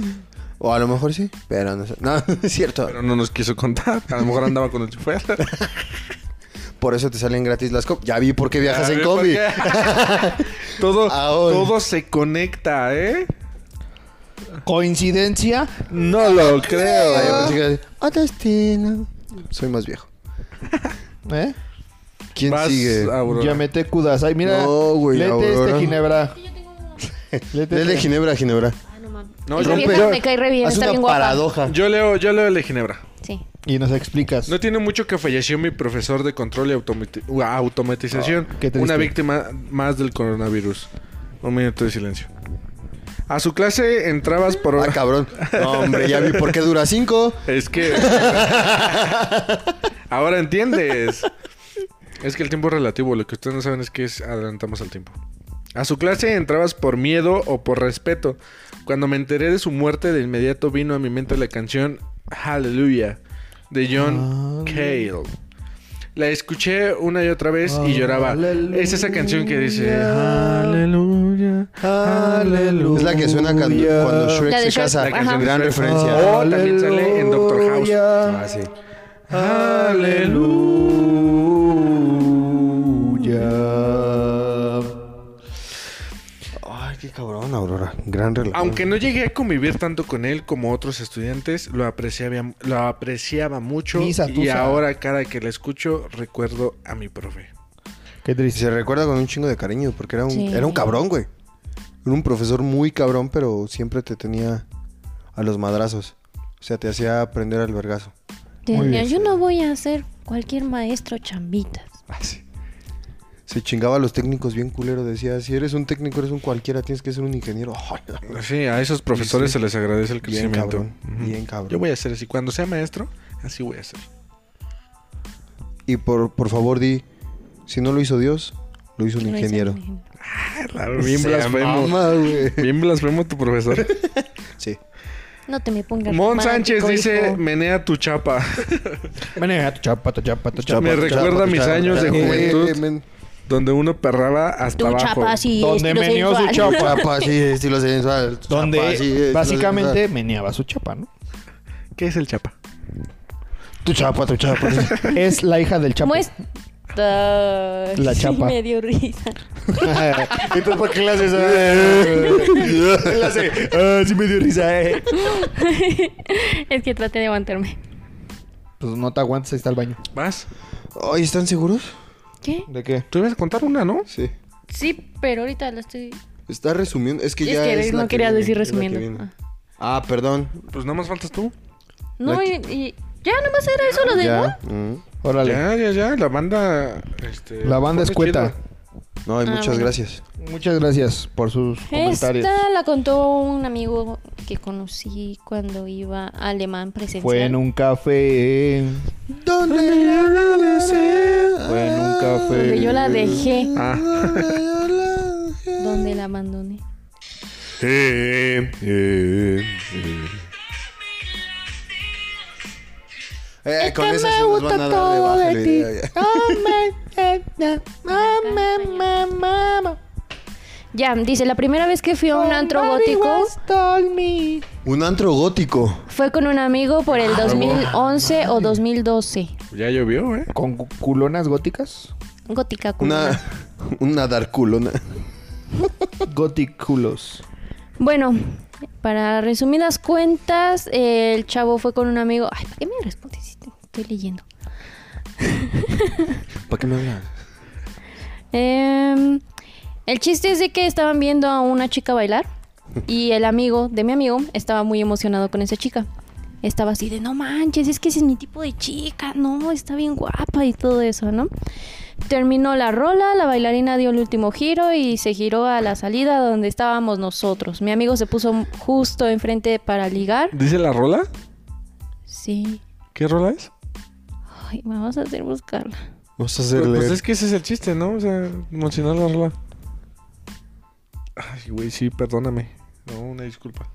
O a lo mejor sí, pero no sé. No, no es cierto.
Pero no nos quiso contar. A lo mejor andaba con el chofer.
Por eso te salen gratis las copias. Ya vi por qué viajas en
¿Por
combi.
qué? todo,
Ahora.
todo se conecta, ¿eh?
¿Coincidencia?
No lo creo.
Ay, yo pensé que- Otra esquina. "Oh, Soy más viejo.
¿Eh?
¿Quién
Vas,
sigue?
Aurora.
Ya me te cudas. Ay, mira.
No, güey,
Lete este
Aurora.
Ginebra.
Yo tengo uno.
Lete
Dele
este.
Ginebra a Ginebra.
Ah, no mames.
No,
y
yo,
mi
rompe-
vieja me cae re bien,
Haz
está
una
bien guapa.
paradoja.
yo leo, yo leo el de Ginebra.
Sí.
Y nos explicas.
No tiene mucho que falleció mi profesor de control y automati- u- automatización.
qué triste.
una víctima más del coronavirus. Un minuto de silencio. A su clase entrabas por
Ah, cabrón. No, hombre, ya vi por qué dura cinco.
Es que. Ahora entiendes. Es que el tiempo es relativo. Lo que ustedes no saben es que es- adelantamos al tiempo. A su clase entrabas por miedo o por respeto. Cuando me enteré de su muerte, de inmediato vino a mi mente la canción Hallelujah de John Cale. La escuché una y otra vez y lloraba. Es esa canción que dice Hallelujah, Hallelujah.
Es la que suena cuando, cuando Shrek
La de
se
Shrek,
casa.
la canción de
Gran
Shrek.
referencia.
Oh, también sale en Doctor House.
Aleluya.
Ah, sí. Aleluya.
Ay, qué cabrón, Aurora. Gran relación.
Aunque no llegué a convivir tanto con él como otros estudiantes, lo apreciaba, lo apreciaba mucho
Misa,
y
tusa.
ahora cada que la escucho recuerdo a mi profe.
Qué
Y
triste.
se recuerda con un chingo de cariño, porque era un,
Sí.
era un cabrón, güey. Era un profesor muy cabrón, pero siempre te tenía a los madrazos. O sea, te hacía aprender al vergazo.
Te
Muy
decía,
bien.
yo no voy a ser cualquier maestro chambitas.
Ah,
Se chingaba a los técnicos bien culero. Decía, si eres un técnico, eres un cualquiera, tienes que ser un ingeniero. Ay,
Sí, a esos profesores se les agradece el
bien
crecimiento.
cabrón. Bien cabrón.
Yo voy a ser así. Cuando sea maestro, así voy a ser.
Y por, por favor, di, si no lo hizo Dios, lo hizo un ingeniero.
Ah, Bien
Se
blasfemo.
mama, güey.
Bien blasfemo tu profesor.
Sí.
No te me pongas.
Mon Sánchez
romántico,
dice,
hijo.
menea tu chapa.
Venga, eh, tu chapa, tu chapa, tu
Me
chapa.
recuerda mis años de
Eh,
juventud.
men.
Donde uno perraba hasta
Tu
abajo.
chapa sí.
Donde
estilo
meneó su
sensual.
chapa.
Chapa, sí, estilo sensual.
Donde
Chapa, sí, estilo
básicamente
sensual.
meneaba su chapa, ¿no?
¿Qué es el chapa?
Tu chapa, tu chapa.
Es la hija del chapo.
Muestra.
La
Sí,
chapa.
me dio risa.
Entonces, ¿por qué le haces? Ah, le hace, ah, sí me dio risa, eh.
es que traté de aguantarme.
Pues no te aguantes, ahí está el baño.
¿Vas?
Ay, ¿están seguros?
¿Qué?
¿De qué?
Tú ibas a contar una, ¿no?
Sí.
Sí, pero ahorita la estoy.
Está resumiendo. Es que
Es
ya.
que
es la
no quería
viene,
decir
es la que
resumiendo.
viene. Ah, perdón.
Pues nada más faltas tú.
No,
La
y, y- Ya, nomás era eso lo de.
Ya.
¿no?
Mm.
Órale.
Ya, ya, ya. La banda. este,
La banda
fue
escueta.
chida.
No, y
Ah,
muchas
bueno.
gracias.
Muchas gracias por sus comentarios.
Esta la contó un amigo que conocí cuando iba a Alemán presencial.
Fue en un café.
¿Dónde la
Fue en un café.
Donde yo la dejé,
Ah.
donde la abandoné.
Eh,
Es
con
que
esa
me
sí nos van a
gusta
dar de
todo
baja el
de
video
ti. Ah.
ya.
Ya, dice, la primera vez que fui a un antro gótico
Un antro gótico.
fue con un amigo por el
Ah,
2011 o 2012.
Ya llovió, ¿eh?
¿Con cu- culonas góticas?
Gótica
Una,
culona.
una darculona.
Góticulos.
Bueno, para resumidas cuentas, el chavo fue con un amigo. Ay, ¿para qué me respondes? Si te- Estoy leyendo.
¿Para qué me hablas?
Em, el chiste es de que estaban viendo a una chica bailar y el amigo de mi amigo estaba muy emocionado con esa chica. Estaba así de, no manches, es que ese es mi tipo de chica, no, está bien guapa y todo eso, ¿no? Terminó la rola, la bailarina dio el último giro y se giró a la salida donde estábamos nosotros. Mi amigo se puso justo enfrente para ligar.
¿Dice la rola?
Sí.
¿Qué rola es?
Ay, vamos a hacer buscarla.
Vamos a
Pues,
hacerle.
es que ese es el chiste, ¿no? O sea, mencionar la rola. Ay, güey, sí, perdóname. No, una disculpa.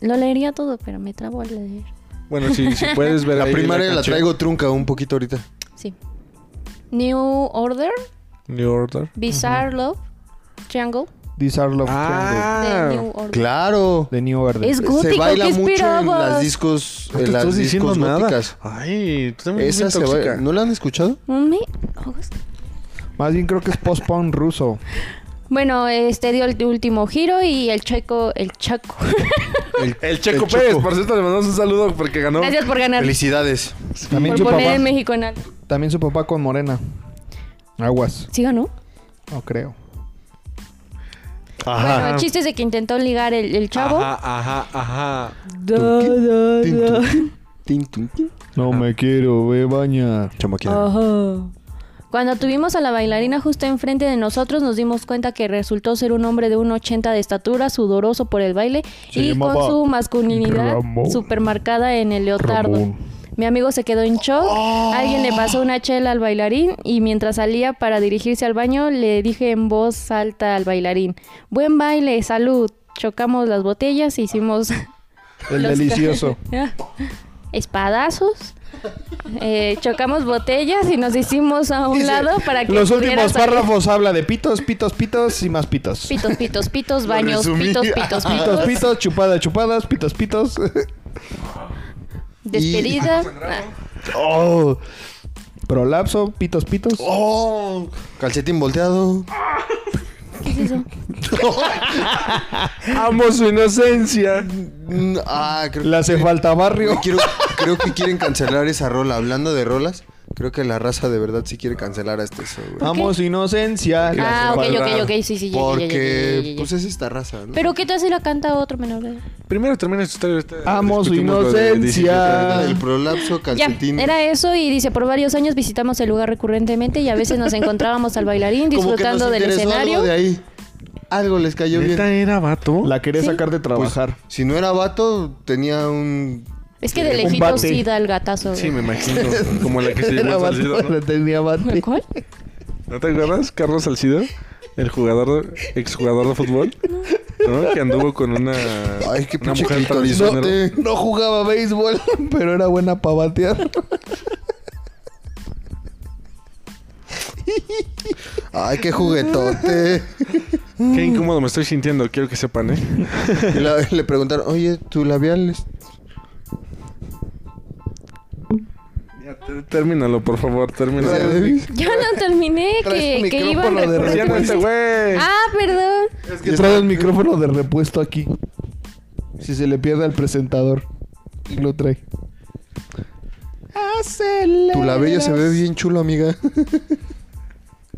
Lo leería todo, pero me trabo al leer.
Bueno, si si puedes ver
La
ahí
primaria la,
canción.
traigo trunca un poquito ahorita.
Sí. New Order.
New Order.
Bizarre Love Triangle
These are love triangles.
Ah,
de New Order.
Claro.
De New Verde.
Es gótico,
se baila
¿qué
mucho en
esperabas?
las discos,
no te
en las
estás diciendo
discos
nada.
góticas.
Ay, tú también
Esa
eres
se
bien
baila.
tóxica.
¿No la han escuchado?
Me- ojos.
Más bien creo que es post-punk ruso.
Bueno, este dio el último giro y el checo, el chaco.
El Checo Pérez,
pues,
por cierto, le mandamos un saludo porque ganó.
Gracias por ganar.
Felicidades.
También
por
su
poner
papá.
en México en alto.
También su papá con Morena. Aguas.
¿Sí ganó?
No creo.
Bueno, el chiste es de que intentó ligar el, el chavo.
Ajá, ajá, ajá.
Da, da, da.
No me quiero, ve bañar.
Ah.
Chamaqueada.
Ajá. Cuando tuvimos a la bailarina justo enfrente de nosotros, nos dimos cuenta que resultó ser un hombre de 1,80 de estatura, sudoroso por el baile
Se
y con
llamaba
su masculinidad
Ramón.
supermarcada en el leotardo.
Ramón.
Mi amigo se quedó en shock. Alguien le pasó una chela al bailarín y mientras salía para dirigirse al baño, le dije en voz alta al bailarín: Buen baile, salud. Chocamos las botellas, e hicimos
El
Los-
delicioso.
espadazos. eh, chocamos botellas y nos hicimos a un lado para que
Los
pudiera
últimos
salir.
párrafos habla de pitos, pitos, pitos y más pitos.
pitos pitos pitos baños
resumí.
pitos
Pitos,
pitos pitos
pitos, chupadas, chupadas, pitos, pitos.
despedida
Oh. Prolapso, pitos, pitos.
Oh, calcetín volteado.
¿qué es eso?
Amo su inocencia.
Mm, Ah, creo
Le hace falta barrio.
Quiero- creo que quieren cancelar esa rola. Hablando de rolas, creo que la raza de verdad sí quiere cancelar a este show, güey.
Amo su inocencia. Le
ah
hace
ok
falta-
ok ok sí sí ya, ya, ya, ya, ya, ya,
Porque,
ya.
pues es esta raza, ¿no?
pero qué tal si la canta otro menor de edad?
Primero termina esta historia. ahorita
Amo su
discutimos lo de-
inocencia.
El prolapso
Ah. ya
calcetín.
era eso y dice por varios años visitamos el lugar recurrentemente y a veces nos encontrábamos al bailarín
Como que nos
disfrutando del
interesó algo
escenario
de ahí. Algo les cayó bien.
¿Neta era vato?
La quería sacar de
Pues,
trabajar.
si no era vato, tenía un.
es que de
Un
lejitos
bate.
sí da el gatazo
Sí,
güey.
me imagino. Como la Pues, que se llevó
Era
a
vato,
Salcido, ¿no?
le tenía bate.
¿cuál?
¿No te acuerdas? Carlos Salcido, el jugador, exjugador de fútbol, ¿no? Que anduvo con una,
Ay, qué
una
pinche
No,
clitorizote.
travesonera.
no jugaba béisbol, pero era buena para batear.
Ay, qué juguetote.
Qué incómodo me estoy sintiendo, quiero que sepan, ¿eh?
Y la- le preguntaron, oye, tu labial es-
Ya, ter- Términalo, por favor, términalo.
Trae-
yo no terminé
Traes
que,
un
que iba
micrófono de
recurrente.
Ya no este güey.
ah perdón
Es que trae el micrófono de repuesto aquí. Si se le pierde al presentador. Y lo trae.
Tu labello se ve bien chulo, amiga.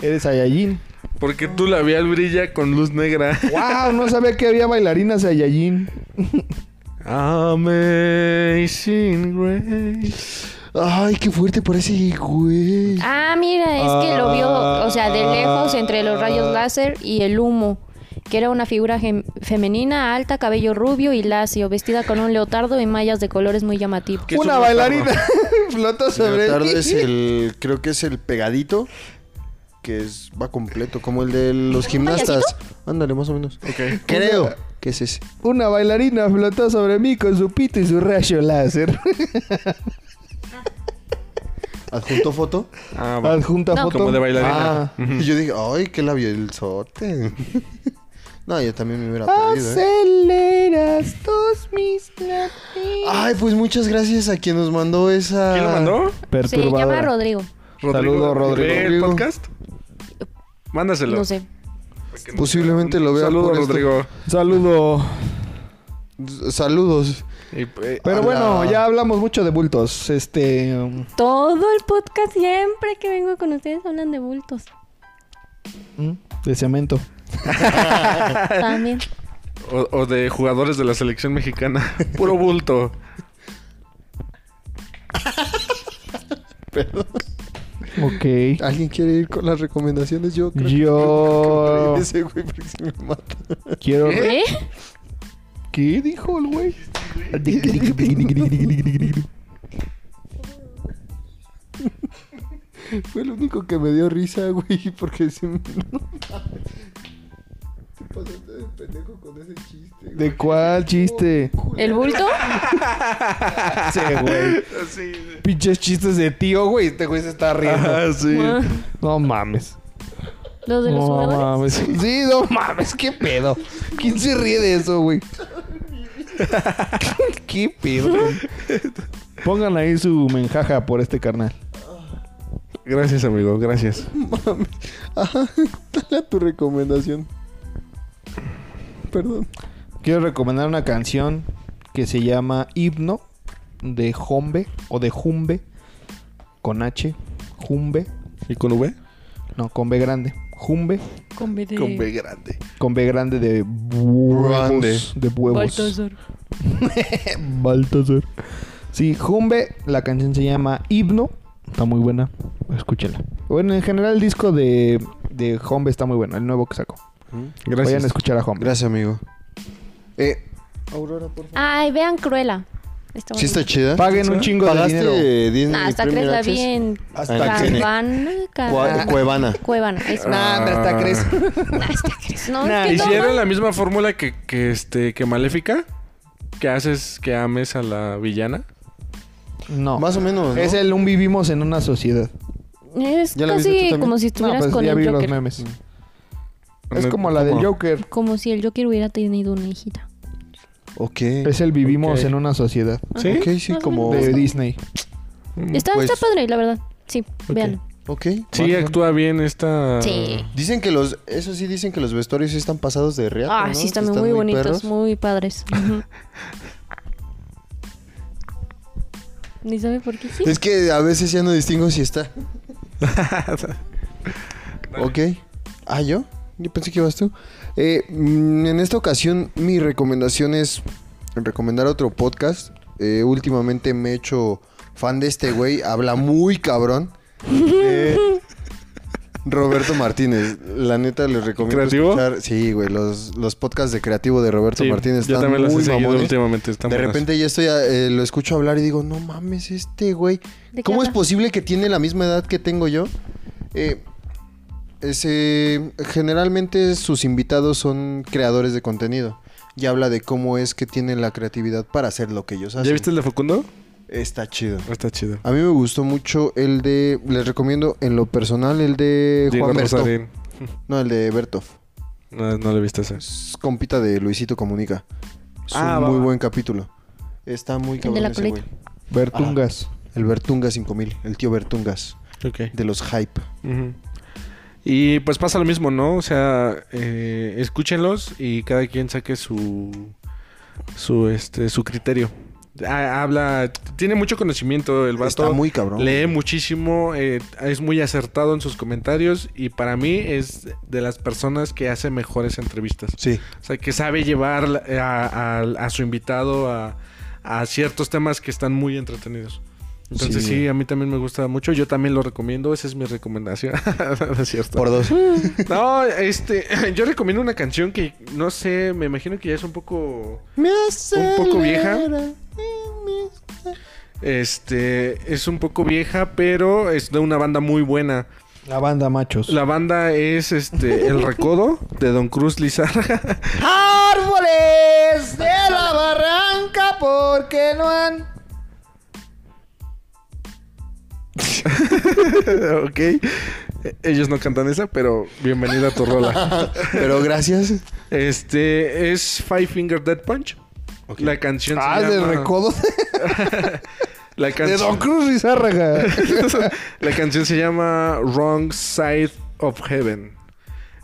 Eres Ayayín.
Porque tu labial brilla con luz negra.
¡Wow! No sabía que había bailarinas Ayayín.
Amazing Grace.
Ay, qué fuerte parece, güey.
Ah, mira, es que lo vio, o sea, de lejos entre los rayos láser y el humo, que era una figura gem- femenina, alta, cabello rubio y lacio, vestida con un leotardo y mallas de colores muy llamativos.
¿Qué es
Una
un
bailarina flota sobre
Leotardo es
el...
el, creo que es el pegadito, que es, va completo, como el de los gimnastas. Ándale, más o menos.
Ok.
Creo que es ese.
Una bailarina flotó sobre mí con su pito y su rayo láser.
Adjunto foto.
Ah, va.
Adjunta
No.
foto.
Como de
Ah,
bailarina.
y yo dije, ay, qué labielzote. no, yo también me hubiera
Ah,
pedido, ¿eh?
Aceleras tus mis latidos.
Ay, pues muchas gracias a quien nos mandó esa.
¿Quién lo mandó?
Se llama Rodrigo,
Saludo, Rodrigo.
¿Ve el
Rodrigo.
podcast? Mándaselo.
no sé.
Posiblemente lo vea.
Saludos,
por esto.
Rodrigo.
Saludo.
S- Saludos.
Y, eh,
Pero
Hola.
bueno, ya hablamos mucho de bultos. Este. um,
Todo el podcast siempre que vengo con ustedes hablan de bultos.
¿Mm?
De cemento.
También.
O, o de jugadores de la selección mexicana. Puro bulto.
Ok.
¿Alguien quiere ir con las recomendaciones? Yo creo que-
Yo-
Ese güey, porque si me mata.
Quiero.
¿Eh?
¿Qué dijo el güey?
Fue lo único que me dio risa, güey, porque se me... Te pasaste de pendejo con ese chiste, güey.
¿De cuál chiste?
¿El bulto?
Sí, güey. Pinches chistes de tío, güey. Este güey se está riendo.
sí.
Ah,
No mames.
Los de los
No
jugadores.
mames. Sí, no mames. ¿Qué pedo? ¿Quién se ríe de eso, güey? ¿Qué pedo? Pongan ahí su menjaja por este carnal.
Gracias, amigo. Gracias.
Mames. Ajá, dale a tu recomendación. Perdón.
Quiero recomendar una canción que se llama Himno de Jombe o de Jumbe con H, Jumbe,
¿Y con V?
no, con B grande, Jumbe,
Con B de
Con B grande.
con B grande de huevos.
Grande.
De huevos.
Baltasar.
Baltasar. Sí, Jumbe, la canción se llama Himno. Está muy buena. Escúchenla. Bueno, en general el disco de, de Jumbe está muy bueno, el nuevo que sacó. Vayan a
Gracias.
escuchar a Jumbe.
Mm. Gracias, amigo. Eh, Aurora, por favor.
Ay, vean Cruella. Está
Sí
bonita.
está chida.
Paguen un chingo de
¿Pagaste
dinero.
Disney
Nah, hasta
Premier
crees la
Access?
vi en
Hasta
que-
Cuevana.
Cua- Cuevana.
Cuevana. eso.
Nah, hombre, hasta crees.
Nah, hasta crees. No,
Ah. Nah,
es que todo
¿Hicieron
mal.
la misma fórmula que, que, este, que Maléfica? ¿Que haces que ames a la villana?
No.
Más o menos. ¿no?
Es el un vivimos en una sociedad.
Es
¿Ya la viste tú
casi
también?
como si
No,
estuvieras
pues
con
ya vi
el
los
Joker.
Mm.
memes. Es como la del
¿Cómo?
Joker.
Como si el Joker hubiera tenido una hijita.
Ok.
Es el vivimos
Ok.
en una sociedad
¿Sí?
Ok, sí,
Más o
como.
de Disney.
Mm.
Está,
Pues-
está padre, la verdad. Sí,
Ok.
vean.
Ok.
Sí,
bueno.
actúa bien esta...
Sí.
Dicen que los. Eso sí, dicen que los vestuarios sí están pasados de real.
Ah, sí, están, muy, bonitos, muy padres. Ujú. Ni sabe por qué sí.
Es que a veces ya no distingo si está. ok. Ah, ¿yo? Yo pensé que ibas tú. Eh, mm, en esta ocasión, mi recomendación es recomendar otro podcast. Eh, últimamente me he hecho fan de este güey. Habla muy cabrón. Eh, Roberto Martínez. La neta, les recomiendo
¿Creativo?
escuchar. Sí, güey. Los, los podcasts de creativo de Roberto
Sí,
Martínez
yo
están
también las he
muy
seguido
mamones.
últimamente. están
De
buenas.
repente ya estoy, a- eh, lo escucho hablar y digo, no mames, este güey.
¿De qué
¿Cómo es
habla?
posible que tiene la misma edad que tengo yo? Eh, ese, generalmente sus invitados son creadores de contenido. Y habla de cómo es que tienen la creatividad para hacer lo que ellos hacen.
¿Ya viste el de Facundo?
Está chido.
Está chido.
A mí me gustó mucho el de, les recomiendo en lo personal, el de
Diego
Juan Berto.
Rosarín.
No, el de Bertov.
No, no lo viste ese.
Es compita de Luisito Comunica. Es
Ah,
un
va,
muy
va.
buen capítulo. Está muy
de
cabrón
la
ese
colita.
güey.
Bertungas.
El Bertungas 5000, el tío Bertungas,
Ok.
de los hype.
Ujú. Y pues pasa lo mismo, ¿no? O sea, eh, escúchenlos y cada quien saque su su este su criterio. Ha- habla, tiene mucho conocimiento el vato.
Está muy cabrón.
Lee muchísimo, eh, es muy acertado en sus comentarios y para mí es de las personas que hace mejores entrevistas.
Sí.
O sea, que sabe llevar la- eh, a, a- a su invitado a, a ciertos temas que están muy entretenidos. Entonces
Sí.
sí. a mí también me gusta mucho. Yo también lo recomiendo. Esa es mi recomendación. no es cierto.
Por dos.
No, este, yo recomiendo una canción que no sé, me imagino que ya es un poco, un poco vieja. Este, es un poco vieja, pero es de una banda muy buena.
La banda machos.
La banda es este El Recodo de Don Cruz Lizarra.
Árboles de la barranca porque no han...
ok. E-, Ellos no cantan esa, pero bienvenida a tu rola.
Pero gracias.
Este es Five Finger Dead Punch. La canción
Ah,
se
de
llama-
recodo.
La
De
canción.
Don Cruz Rizárraga.
la canción se llama Wrong Side of Heaven.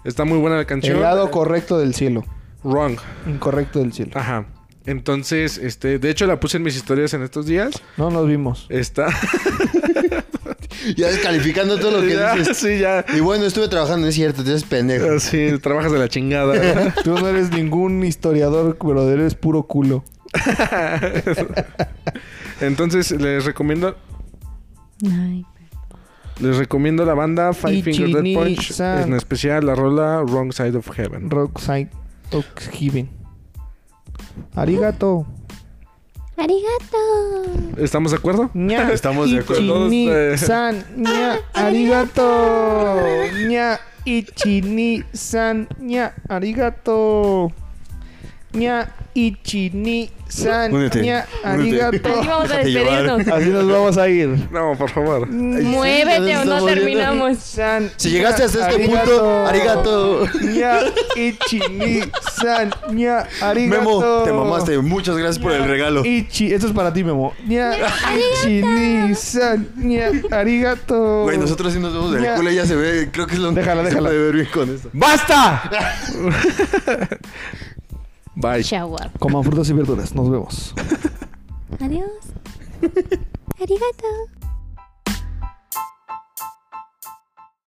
Está muy buena la canción.
El lado correcto del cielo.
Wrong.
Incorrecto del cielo.
Ajá. Entonces, este, de hecho la puse en mis historias en estos días.
No nos vimos.
Está.
Ya descalificando todo lo que
Ya,
dices.
sí, ya.
Y bueno, estuve trabajando, es cierto, te haces pendejo.
Sí, trabajas de la chingada.
Tú no eres ningún historiador, pero eres puro culo.
Entonces, les recomiendo
Ay,
les recomiendo la banda Five Finger Dead Punch,
Ichini-san.
en especial la rola Wrong Side of Heaven.
Rockside Oxhaven. Arigato.
arigato.
¿Estamos de acuerdo? eh.
Ña.
Estamos de acuerdo.
Ichini-san. Ña. Arigato. Ña. Ichini-san. Ña. Arigato. Ña. Ichini-san.
Únete,
Ña.
únete.
Arigato.
Así vamos a
Déjate llevar.
despedirnos.
Así nos vamos a ir.
No, por favor.
Muévete o no
Estamos
terminamos.
San,
Si llegaste hasta este
arigato.
punto, arigato.
Ña. Ichini-san. Ña. Arigato.
Memo, te mamaste. Muchas gracias por el regalo.
Ichi, esto es para ti, Memo. Ña, ichi, ni, san, ña, arigato.
Güey, nosotros sí nos vemos del
Ya.
culo, ya se ve. Creo que es lo único
Déjala,
que se
déjala.
puede ver bien con esto.
¡Basta!
Bye.
Chau. guapo.
Coman frutas y verduras. Nos vemos.
Adiós. arigato.